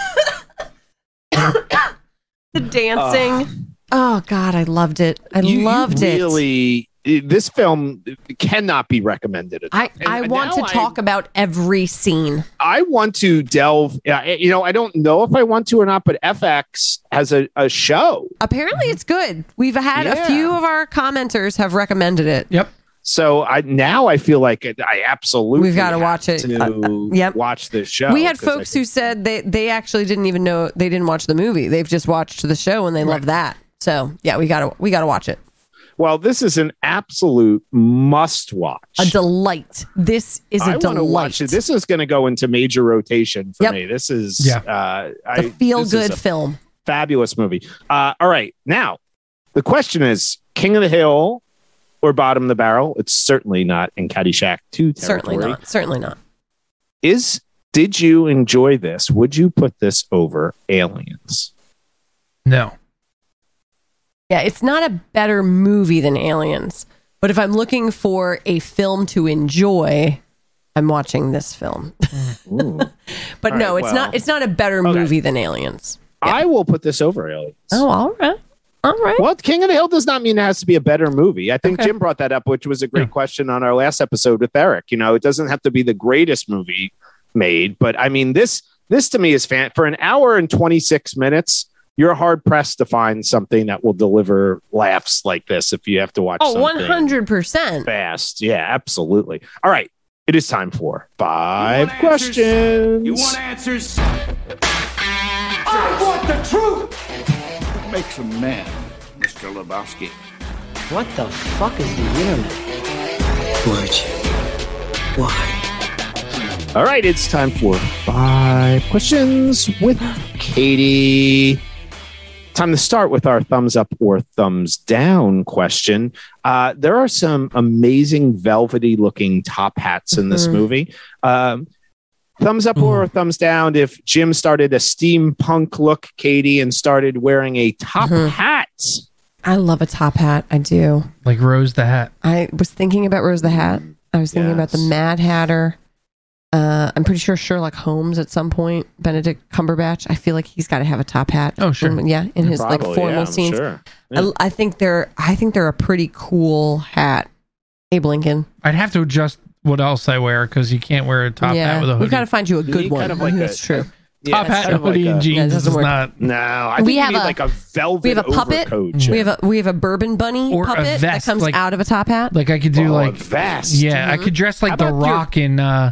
[SPEAKER 3] The dancing. oh God, I loved it. I
[SPEAKER 1] Ah. You- you
[SPEAKER 3] loved it.
[SPEAKER 1] Really this film cannot be recommended.
[SPEAKER 3] I,
[SPEAKER 1] And
[SPEAKER 3] I want to
[SPEAKER 1] now I-
[SPEAKER 3] talk about every scene.
[SPEAKER 1] I want to delve. yeah, You know, I don't know if I want to or not, but FX has a, a show,
[SPEAKER 3] Apparently, it's good. We've had
[SPEAKER 1] Yeah.
[SPEAKER 3] a few of our commenters have recommended it.
[SPEAKER 2] yep
[SPEAKER 1] so I now I feel like it, I absolutely
[SPEAKER 3] We've gotta
[SPEAKER 1] have
[SPEAKER 3] watch it.
[SPEAKER 1] To
[SPEAKER 3] Uh, uh, yep.
[SPEAKER 1] watch this show.
[SPEAKER 3] we had
[SPEAKER 1] 'cause I
[SPEAKER 3] folks
[SPEAKER 1] think-
[SPEAKER 3] who said they they actually didn't even know they didn't watch the movie. They've just watched the show and they love that. So yeah, we gotta we gotta watch it.
[SPEAKER 1] Well, this is an absolute must watch.
[SPEAKER 3] A delight. This is a
[SPEAKER 1] I want to
[SPEAKER 3] delight.
[SPEAKER 1] watch it. This is going to go into major rotation for
[SPEAKER 3] Yep.
[SPEAKER 1] me. This is
[SPEAKER 2] Yeah.
[SPEAKER 1] uh, I-
[SPEAKER 3] the feel
[SPEAKER 1] this is
[SPEAKER 3] good
[SPEAKER 1] a
[SPEAKER 3] film.
[SPEAKER 1] fabulous movie. Uh, all right, now the question is: King of the Hill or bottom of the barrel. It's certainly not in Caddyshack 2 territory.
[SPEAKER 3] Certainly not. Certainly not.
[SPEAKER 1] Is did you enjoy this? Would you put this over Aliens?
[SPEAKER 2] No.
[SPEAKER 3] Yeah, it's not a better movie than Aliens. But if I'm looking for a film to enjoy, I'm watching this film.
[SPEAKER 1] Ooh.
[SPEAKER 3] But
[SPEAKER 1] All
[SPEAKER 3] no,
[SPEAKER 1] right, well.
[SPEAKER 3] it's not it's not a better
[SPEAKER 1] Okay.
[SPEAKER 3] movie than Aliens.
[SPEAKER 1] I will put this over Aliens.
[SPEAKER 3] Oh, all right. All right.
[SPEAKER 1] Well, King of the Hill does not mean it has to be a better movie. I think
[SPEAKER 3] Okay.
[SPEAKER 1] Jim brought that up, which was a great
[SPEAKER 2] Yeah.
[SPEAKER 1] question on our last episode with Eric. You know, it doesn't have to be the greatest movie made, but I mean this this to me is fan for an hour and 26 minutes. You're hard pressed to find something that will deliver laughs like this if you have to watch
[SPEAKER 3] Oh,
[SPEAKER 1] something
[SPEAKER 3] 100%.
[SPEAKER 1] fast. Yeah, absolutely. All right. It is time for five questions.
[SPEAKER 4] You want answers? I want the truth. What makes a man, Mr. Lebowski?
[SPEAKER 5] What the fuck is the internet? Why'd you? Why?
[SPEAKER 1] All right, it's time for five questions with Katie. Time to start with our thumbs up or thumbs down question. Uh, there are some amazing velvety looking top hats in this
[SPEAKER 3] Mhm.
[SPEAKER 1] movie. Um, thumbs up or
[SPEAKER 3] Mm-hmm.
[SPEAKER 1] thumbs down if Jim started a steampunk look, Katie, and started wearing a top
[SPEAKER 3] Mhm.
[SPEAKER 1] hat.
[SPEAKER 3] I love a top hat. I do.
[SPEAKER 2] Like Rose the Hat.
[SPEAKER 3] I was thinking about Rose the Hat. I was thinking about the
[SPEAKER 1] Yes.
[SPEAKER 3] Mad Hatter. Uh, I'm pretty sure Sherlock Holmes at some point, Benedict Cumberbatch. I feel like he's got to have a top hat.
[SPEAKER 2] Oh, sure.
[SPEAKER 3] In- yeah, in his
[SPEAKER 1] Probably,
[SPEAKER 3] like formal
[SPEAKER 1] yeah, I'm
[SPEAKER 3] scenes.
[SPEAKER 1] sure.
[SPEAKER 3] I, I think they're I think they're a pretty cool hat. Abe Lincoln.
[SPEAKER 2] I'd have to adjust what else I wear because you can't wear a top
[SPEAKER 3] yeah,
[SPEAKER 2] hat with a
[SPEAKER 3] we've
[SPEAKER 2] hoodie.
[SPEAKER 3] got to find you a
[SPEAKER 1] You
[SPEAKER 3] good
[SPEAKER 1] need
[SPEAKER 3] one.
[SPEAKER 1] kind of like
[SPEAKER 3] That's
[SPEAKER 1] a-
[SPEAKER 3] true.
[SPEAKER 2] top
[SPEAKER 1] Yeah, it's
[SPEAKER 2] hat,
[SPEAKER 1] kind of
[SPEAKER 2] hoodie,
[SPEAKER 1] like
[SPEAKER 2] and
[SPEAKER 1] a-
[SPEAKER 3] Yeah, it
[SPEAKER 2] jeans
[SPEAKER 3] doesn't
[SPEAKER 2] is
[SPEAKER 3] work.
[SPEAKER 2] not.
[SPEAKER 1] No, I
[SPEAKER 3] We
[SPEAKER 1] think you
[SPEAKER 3] have
[SPEAKER 1] need
[SPEAKER 3] a-
[SPEAKER 1] like a velvet
[SPEAKER 3] We have a puppet.
[SPEAKER 1] overcoat,
[SPEAKER 3] We
[SPEAKER 1] Jim.
[SPEAKER 3] have a we have a bourbon bunny
[SPEAKER 2] Or a
[SPEAKER 3] puppet that
[SPEAKER 2] vest,
[SPEAKER 3] comes
[SPEAKER 2] like-
[SPEAKER 3] out of a top hat.
[SPEAKER 2] Like I could do
[SPEAKER 1] Oh, a
[SPEAKER 2] like
[SPEAKER 1] vest.
[SPEAKER 2] Yeah, I could dress
[SPEAKER 1] How
[SPEAKER 2] like the
[SPEAKER 1] about your-
[SPEAKER 2] Rock in uh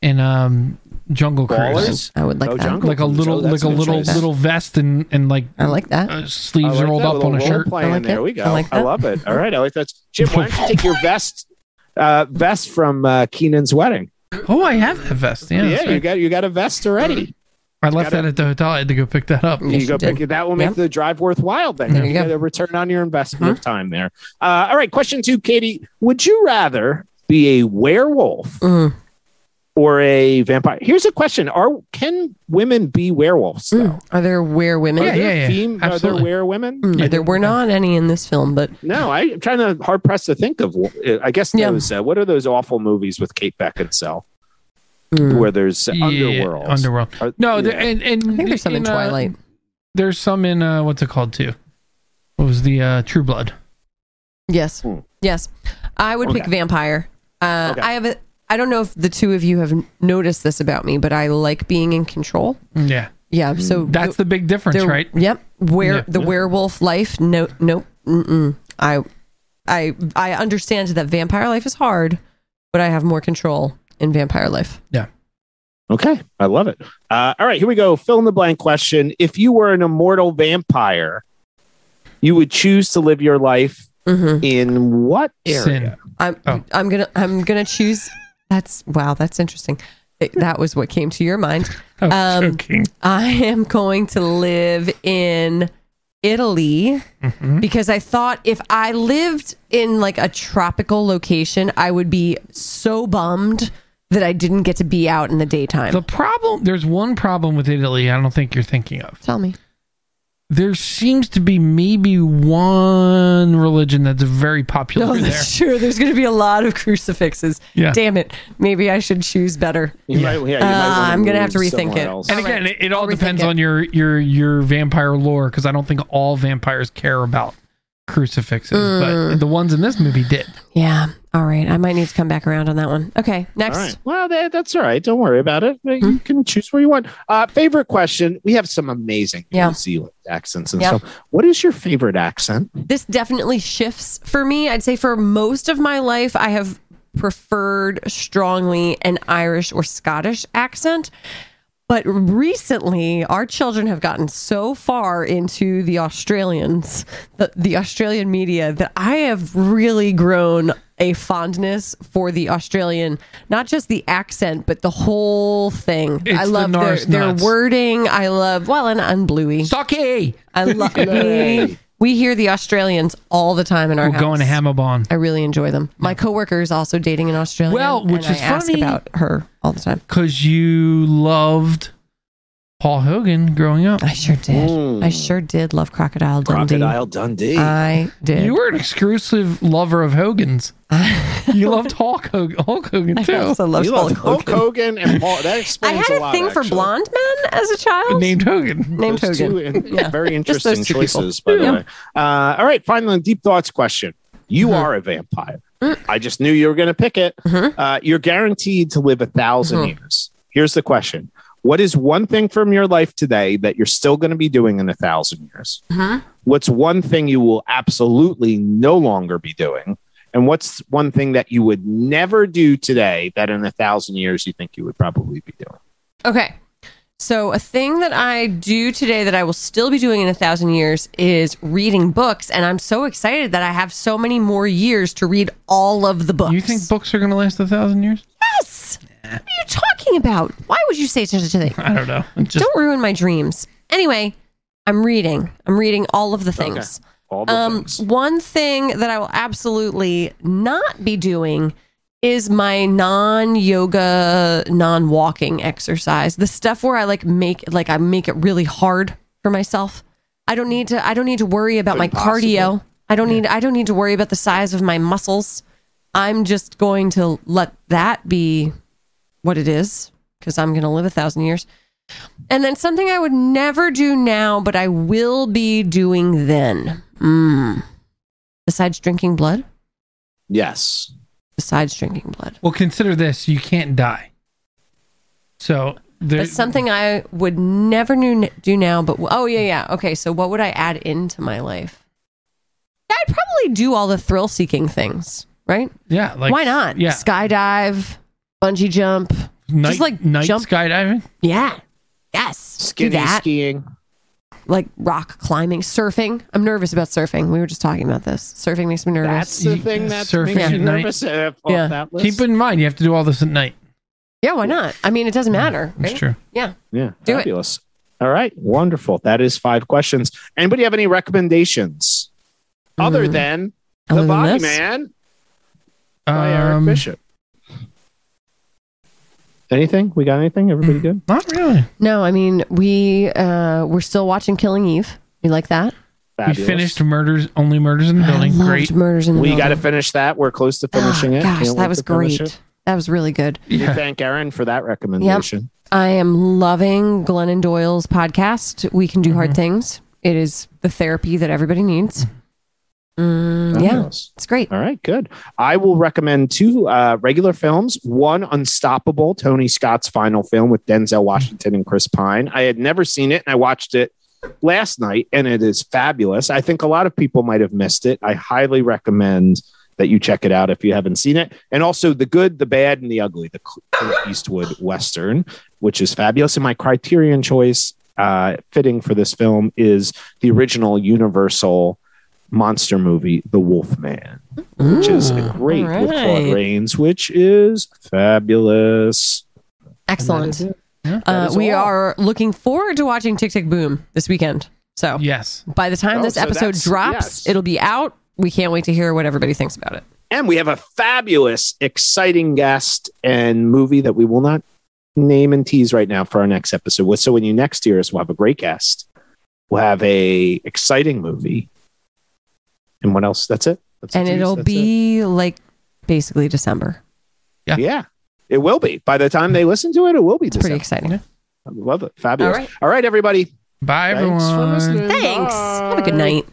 [SPEAKER 2] in um Jungle Cruise.
[SPEAKER 1] Ballers?
[SPEAKER 3] I would like
[SPEAKER 1] No
[SPEAKER 3] that.
[SPEAKER 1] jungle.
[SPEAKER 2] Like a little
[SPEAKER 1] Oh, that's
[SPEAKER 2] like a
[SPEAKER 1] an
[SPEAKER 2] little
[SPEAKER 1] interesting-
[SPEAKER 2] little vest and and like
[SPEAKER 3] I like that.
[SPEAKER 2] uh,
[SPEAKER 1] I
[SPEAKER 2] sleeves
[SPEAKER 1] like
[SPEAKER 2] rolled
[SPEAKER 1] that
[SPEAKER 2] up
[SPEAKER 1] little
[SPEAKER 2] on a
[SPEAKER 1] role
[SPEAKER 2] shirt.
[SPEAKER 1] Play
[SPEAKER 3] I
[SPEAKER 1] in
[SPEAKER 3] like
[SPEAKER 1] there
[SPEAKER 3] it.
[SPEAKER 1] we
[SPEAKER 3] I
[SPEAKER 1] go.
[SPEAKER 3] like
[SPEAKER 1] I
[SPEAKER 3] that.
[SPEAKER 1] love it. All right, I like that. Jim, why don't you take your vest, uh, vest from uh, Keenan's wedding?
[SPEAKER 2] Oh, I have that vest. Yeah,
[SPEAKER 1] Yeah,
[SPEAKER 2] that's
[SPEAKER 1] you
[SPEAKER 2] right. Mm-hmm.
[SPEAKER 1] got you got a vest already.
[SPEAKER 2] I left
[SPEAKER 1] gotta-
[SPEAKER 2] that at the hotel. I had to go pick that up.
[SPEAKER 3] Yes,
[SPEAKER 1] you go
[SPEAKER 3] you did.
[SPEAKER 1] pick it. That will make
[SPEAKER 3] Yep.
[SPEAKER 1] the drive worthwhile. Then
[SPEAKER 3] There you go.
[SPEAKER 1] get a return on your
[SPEAKER 2] Uh-huh.
[SPEAKER 1] investment of time there. Uh, all right, question two, Katie. Would you rather be a werewolf
[SPEAKER 2] Uh,
[SPEAKER 3] Mm.
[SPEAKER 1] or a vampire? Here's a question: Are can women be werewolves?
[SPEAKER 2] Hmm.
[SPEAKER 1] Though?
[SPEAKER 3] Mm. Are there were women?
[SPEAKER 1] Are
[SPEAKER 2] Oh, Yeah,
[SPEAKER 1] there
[SPEAKER 2] yeah, yeah.
[SPEAKER 1] fem- are there
[SPEAKER 2] Absolutely.
[SPEAKER 1] were women?
[SPEAKER 3] Mm,
[SPEAKER 2] Yeah.
[SPEAKER 3] there were not any in this film, but
[SPEAKER 1] No, I, I'm trying to hard press to think of. uh, I guess
[SPEAKER 3] Yeah.
[SPEAKER 1] those. Uh, what are those awful movies with Kate Beckinsale
[SPEAKER 3] mm,
[SPEAKER 1] where there's
[SPEAKER 2] Yeah,
[SPEAKER 1] underworld?
[SPEAKER 2] Underworld.
[SPEAKER 1] Are-
[SPEAKER 2] No, eh
[SPEAKER 1] yeah.
[SPEAKER 2] there, and and
[SPEAKER 3] I think there's some in
[SPEAKER 2] uh,
[SPEAKER 3] Twilight.
[SPEAKER 2] there's some in uh, what's it called too? What was the uh, True Blood?
[SPEAKER 3] Yes,
[SPEAKER 1] Hmm.
[SPEAKER 3] yes. I would pick
[SPEAKER 1] Okay.
[SPEAKER 3] vampire. Uh,
[SPEAKER 1] Okay.
[SPEAKER 3] I have a. I don't know if the two of you have n- noticed this about me, but I like being in control.
[SPEAKER 2] Yeah,
[SPEAKER 3] Yeah. So
[SPEAKER 2] that's the big difference,
[SPEAKER 3] there-
[SPEAKER 2] right?
[SPEAKER 3] Yep. Where
[SPEAKER 2] Yeah.
[SPEAKER 3] the werewolf life? No, nope. Mm-mm. I, I, I understand that vampire life is hard, but I have more control in vampire life.
[SPEAKER 1] Okay, I love it. Uh, all right, here we go. Fill in the blank question: If you were an immortal vampire, you would choose to live your life
[SPEAKER 3] Mm-hmm.
[SPEAKER 1] in what area?
[SPEAKER 2] Sin.
[SPEAKER 3] I'm
[SPEAKER 2] Oh.
[SPEAKER 3] I'm gonna I'm gonna choose. That's wow. That's interesting. It- that was what came to your mind.
[SPEAKER 2] Oh,
[SPEAKER 3] Um,
[SPEAKER 2] joking.
[SPEAKER 3] I am going to live in Italy
[SPEAKER 2] Mm-hmm.
[SPEAKER 3] because I thought if I lived in like a tropical location, I would be so bummed that I didn't get to be out in the daytime.
[SPEAKER 2] The problem there's one problem with Italy. I don't think you're thinking of.
[SPEAKER 3] Tell me.
[SPEAKER 2] there seems to be maybe one religion that's very popular
[SPEAKER 3] No,
[SPEAKER 2] there.
[SPEAKER 3] Oh, that's true. There's going to be a lot of crucifixes.
[SPEAKER 2] Yeah.
[SPEAKER 3] Damn it. Maybe I should choose better.
[SPEAKER 1] You might- yeah, you might
[SPEAKER 3] Uh,
[SPEAKER 1] wanna
[SPEAKER 3] I'm gonna
[SPEAKER 1] move
[SPEAKER 3] have to rethink
[SPEAKER 1] somewhere
[SPEAKER 3] it.
[SPEAKER 1] else.
[SPEAKER 2] And
[SPEAKER 3] All
[SPEAKER 2] again,
[SPEAKER 3] right.
[SPEAKER 2] it, it all
[SPEAKER 3] I'll rethink
[SPEAKER 2] depends
[SPEAKER 3] it.
[SPEAKER 2] on your your your vampire lore because I don't think all vampires care about crucifixes,
[SPEAKER 3] Mm.
[SPEAKER 2] but the ones in this movie did.
[SPEAKER 3] Yeah. All right. I might need to come back around on that one. Okay. Next.
[SPEAKER 1] All right. Well, that, that's all right. Don't worry about it. You
[SPEAKER 3] Hmm.
[SPEAKER 1] can choose where you want. Uh, favorite question. We have some amazing
[SPEAKER 3] Yeah.
[SPEAKER 1] New Zealand accents and
[SPEAKER 3] Yeah.
[SPEAKER 1] stuff. What is your favorite accent?
[SPEAKER 3] this definitely shifts for me. I'd say for most of my life, I have preferred strongly an Irish or Scottish accent. But recently, our children have gotten so far into the Australians, the, the Australian media, that I have really grown a fondness for the Australian, not just the accent, but the whole thing.
[SPEAKER 2] It's
[SPEAKER 3] I
[SPEAKER 2] the
[SPEAKER 3] love their,
[SPEAKER 2] Norse
[SPEAKER 3] their
[SPEAKER 2] nuts.
[SPEAKER 3] wording. I love, well, and, and Bluey.
[SPEAKER 2] Stocky.
[SPEAKER 3] I love
[SPEAKER 1] Yay.
[SPEAKER 3] We hear the Australians all the time in our
[SPEAKER 2] We're
[SPEAKER 3] house.
[SPEAKER 2] going to Hammerbond.
[SPEAKER 3] I really enjoy them. My coworker is also dating an Australian.
[SPEAKER 2] Well, which
[SPEAKER 3] and
[SPEAKER 2] is
[SPEAKER 3] I ask
[SPEAKER 2] funny.
[SPEAKER 3] about her all the time.
[SPEAKER 2] Because you loved Paul Hogan growing up.
[SPEAKER 3] I sure did. I sure did love Crocodile Dundee.
[SPEAKER 1] Hmm. Crocodile Dundee.
[SPEAKER 3] I did.
[SPEAKER 2] You were an exclusive lover of Hogan's. You loved Hulk Hogan, Hulk Hogan
[SPEAKER 3] I
[SPEAKER 2] too.
[SPEAKER 3] also loved
[SPEAKER 1] you love Hulk
[SPEAKER 3] Hulk Hogan.
[SPEAKER 1] Hogan and Paul. That
[SPEAKER 3] I
[SPEAKER 1] explains
[SPEAKER 3] had a,
[SPEAKER 1] a lot.
[SPEAKER 3] thing
[SPEAKER 1] actually.
[SPEAKER 3] for blonde men as a child.
[SPEAKER 2] Named Hogan.
[SPEAKER 3] named
[SPEAKER 1] Those
[SPEAKER 3] Hogan.
[SPEAKER 1] two in-
[SPEAKER 3] Yeah.
[SPEAKER 1] very
[SPEAKER 3] Just those
[SPEAKER 1] interesting
[SPEAKER 3] two people.
[SPEAKER 1] choices, by the
[SPEAKER 3] Yeah.
[SPEAKER 1] way. Uh, all right, finally, deep thoughts question. You
[SPEAKER 3] Mhm.
[SPEAKER 1] are a vampire.
[SPEAKER 3] Mm.
[SPEAKER 1] I just knew you were going to pick it.
[SPEAKER 3] Mhm.
[SPEAKER 1] Uh, you're guaranteed to live a 1000
[SPEAKER 3] Mhm.
[SPEAKER 1] years. Here's the question: What is one thing from your life today that you're still going to be doing in a thousand years?
[SPEAKER 3] Mhm.
[SPEAKER 1] What's one thing you will absolutely no longer be doing? And what's one thing that you would never do today that in a thousand years you think you would probably be doing?
[SPEAKER 3] Okay. So a thing that I do today that I will still be doing in a thousand years is reading books, and I'm so excited that I have so many more years to read all of the books.
[SPEAKER 2] You think books are going to last a thousand years?
[SPEAKER 3] Yes. What are you talking about? Why would you say such a thing?
[SPEAKER 2] I don't know. It Just
[SPEAKER 3] Don't ruin my dreams. Anyway, I'm reading. I'm reading all of the things.
[SPEAKER 1] All the
[SPEAKER 3] Um,
[SPEAKER 1] things.
[SPEAKER 3] one thing that I will absolutely not be doing is my non-yoga, non-walking exercise. The stuff where I like make like I make it really hard for myself. I don't need to I don't need to worry about my
[SPEAKER 1] Impossible.
[SPEAKER 3] cardio. I don't need I don't need to worry about the size of my muscles. I'm just going to let that be what it is because I'm going to live a thousand years. And then something I would never do now, but I will be doing then. Mm. Besides drinking blood,
[SPEAKER 1] Yes.
[SPEAKER 3] besides drinking blood,
[SPEAKER 2] well, consider this: you can't die. So
[SPEAKER 3] but
[SPEAKER 2] there's
[SPEAKER 3] something I would never knew, do now. But oh yeah, yeah. Okay, so what would I add into my life? I'd probably do all the thrill-seeking things, right?
[SPEAKER 2] Yeah, like
[SPEAKER 3] Why not?
[SPEAKER 2] Yeah,
[SPEAKER 3] Skydive, bungee jump.
[SPEAKER 2] night,
[SPEAKER 3] just like
[SPEAKER 2] night
[SPEAKER 3] jump-
[SPEAKER 2] skydiving.
[SPEAKER 3] Yeah. Yes.
[SPEAKER 1] skinny
[SPEAKER 3] do that.
[SPEAKER 1] skiing.
[SPEAKER 3] like rock climbing, surfing. I'm nervous about surfing. We were just talking about this. Surfing makes me nervous.
[SPEAKER 1] That's the
[SPEAKER 2] You-
[SPEAKER 1] thing that
[SPEAKER 2] surfing
[SPEAKER 1] makes
[SPEAKER 2] at
[SPEAKER 1] you
[SPEAKER 2] night.
[SPEAKER 1] nervous. uh, off
[SPEAKER 3] Yeah.
[SPEAKER 1] that list.
[SPEAKER 2] Keep in mind, you have to do all this at night.
[SPEAKER 3] yeah, why not? I mean, it doesn't matter.
[SPEAKER 2] Mm, That's
[SPEAKER 3] right?
[SPEAKER 2] true.
[SPEAKER 3] Yeah.
[SPEAKER 1] yeah,
[SPEAKER 3] Do it.
[SPEAKER 1] fabulous. All right, wonderful. That is five questions. Anybody have any recommendations other than
[SPEAKER 3] Mm.
[SPEAKER 1] The
[SPEAKER 3] Other than
[SPEAKER 1] Body
[SPEAKER 3] this?
[SPEAKER 1] Man by Eric
[SPEAKER 2] Um,
[SPEAKER 1] Bishop? Anything? We got anything? Everybody
[SPEAKER 3] Mm.
[SPEAKER 1] good?
[SPEAKER 2] Not really.
[SPEAKER 3] No, I mean, we uh we're still watching Killing Eve. You like that?
[SPEAKER 1] Fabulous.
[SPEAKER 2] We finished murders only murders in the building.
[SPEAKER 3] I loved
[SPEAKER 2] Great.
[SPEAKER 3] Murders in the
[SPEAKER 1] We
[SPEAKER 3] Building.
[SPEAKER 1] got to finish that. We're close to finishing
[SPEAKER 3] Oh,
[SPEAKER 1] it.
[SPEAKER 3] Gosh,
[SPEAKER 1] Can't wait
[SPEAKER 3] that was
[SPEAKER 1] to finish
[SPEAKER 3] great.
[SPEAKER 1] it.
[SPEAKER 3] That was really good.
[SPEAKER 1] We
[SPEAKER 2] Yeah.
[SPEAKER 1] thank Aaron for that recommendation.
[SPEAKER 3] I am loving Glennon Doyle's podcast. We can do
[SPEAKER 1] Mm-hmm.
[SPEAKER 3] hard things. It is the therapy that everybody needs. Mm, yeah,
[SPEAKER 1] Fabulous.
[SPEAKER 3] it's great.
[SPEAKER 1] Mm-hmm. All right, good. I will recommend two uh, regular films. One, Unstoppable, Tony Scott's final film with Denzel Washington and Chris Pine. I had never seen it, and I watched it last night, and it is fabulous. I think a lot of people might have missed it. I highly recommend that you check it out if you haven't seen it. And also, The Good, the Bad, and the Ugly, the Clint Eastwood Western, which is fabulous. And my criterion choice, uh, fitting for this film, is the original Universal monster movie, The Wolfman which is a great with Claude
[SPEAKER 3] Mm. Alright.
[SPEAKER 1] Rains, which is fabulous.
[SPEAKER 3] Excellent.
[SPEAKER 1] That
[SPEAKER 3] Uh,
[SPEAKER 1] is
[SPEAKER 3] we
[SPEAKER 1] all.
[SPEAKER 3] are looking forward to watching Tick Tick Boom this weekend. So
[SPEAKER 2] Yes.
[SPEAKER 3] by the time
[SPEAKER 1] Oh,
[SPEAKER 3] this
[SPEAKER 1] so
[SPEAKER 3] episode
[SPEAKER 1] that's-
[SPEAKER 3] drops,
[SPEAKER 1] yes.
[SPEAKER 3] it'll be out. We can't wait to hear what everybody thinks about it.
[SPEAKER 1] And we have a fabulous, exciting guest and movie that we will not name and tease right now for our next episode. So when you next hear us, we'll have a great guest. We'll have a exciting movie. And what else? That's it. That's a
[SPEAKER 3] and
[SPEAKER 1] tease.
[SPEAKER 3] it'll
[SPEAKER 1] That's it.
[SPEAKER 3] be like basically December.
[SPEAKER 2] Yeah.
[SPEAKER 1] yeah. It will be. By the time they listen to it, it will be.
[SPEAKER 3] It's pretty
[SPEAKER 1] December.
[SPEAKER 3] exciting.
[SPEAKER 1] I love it. Fabulous.
[SPEAKER 3] All right.
[SPEAKER 1] All right, everybody.
[SPEAKER 2] Bye, everyone.
[SPEAKER 1] Thanks for listening.
[SPEAKER 3] Thanks. Have a good
[SPEAKER 1] Bye.
[SPEAKER 3] night.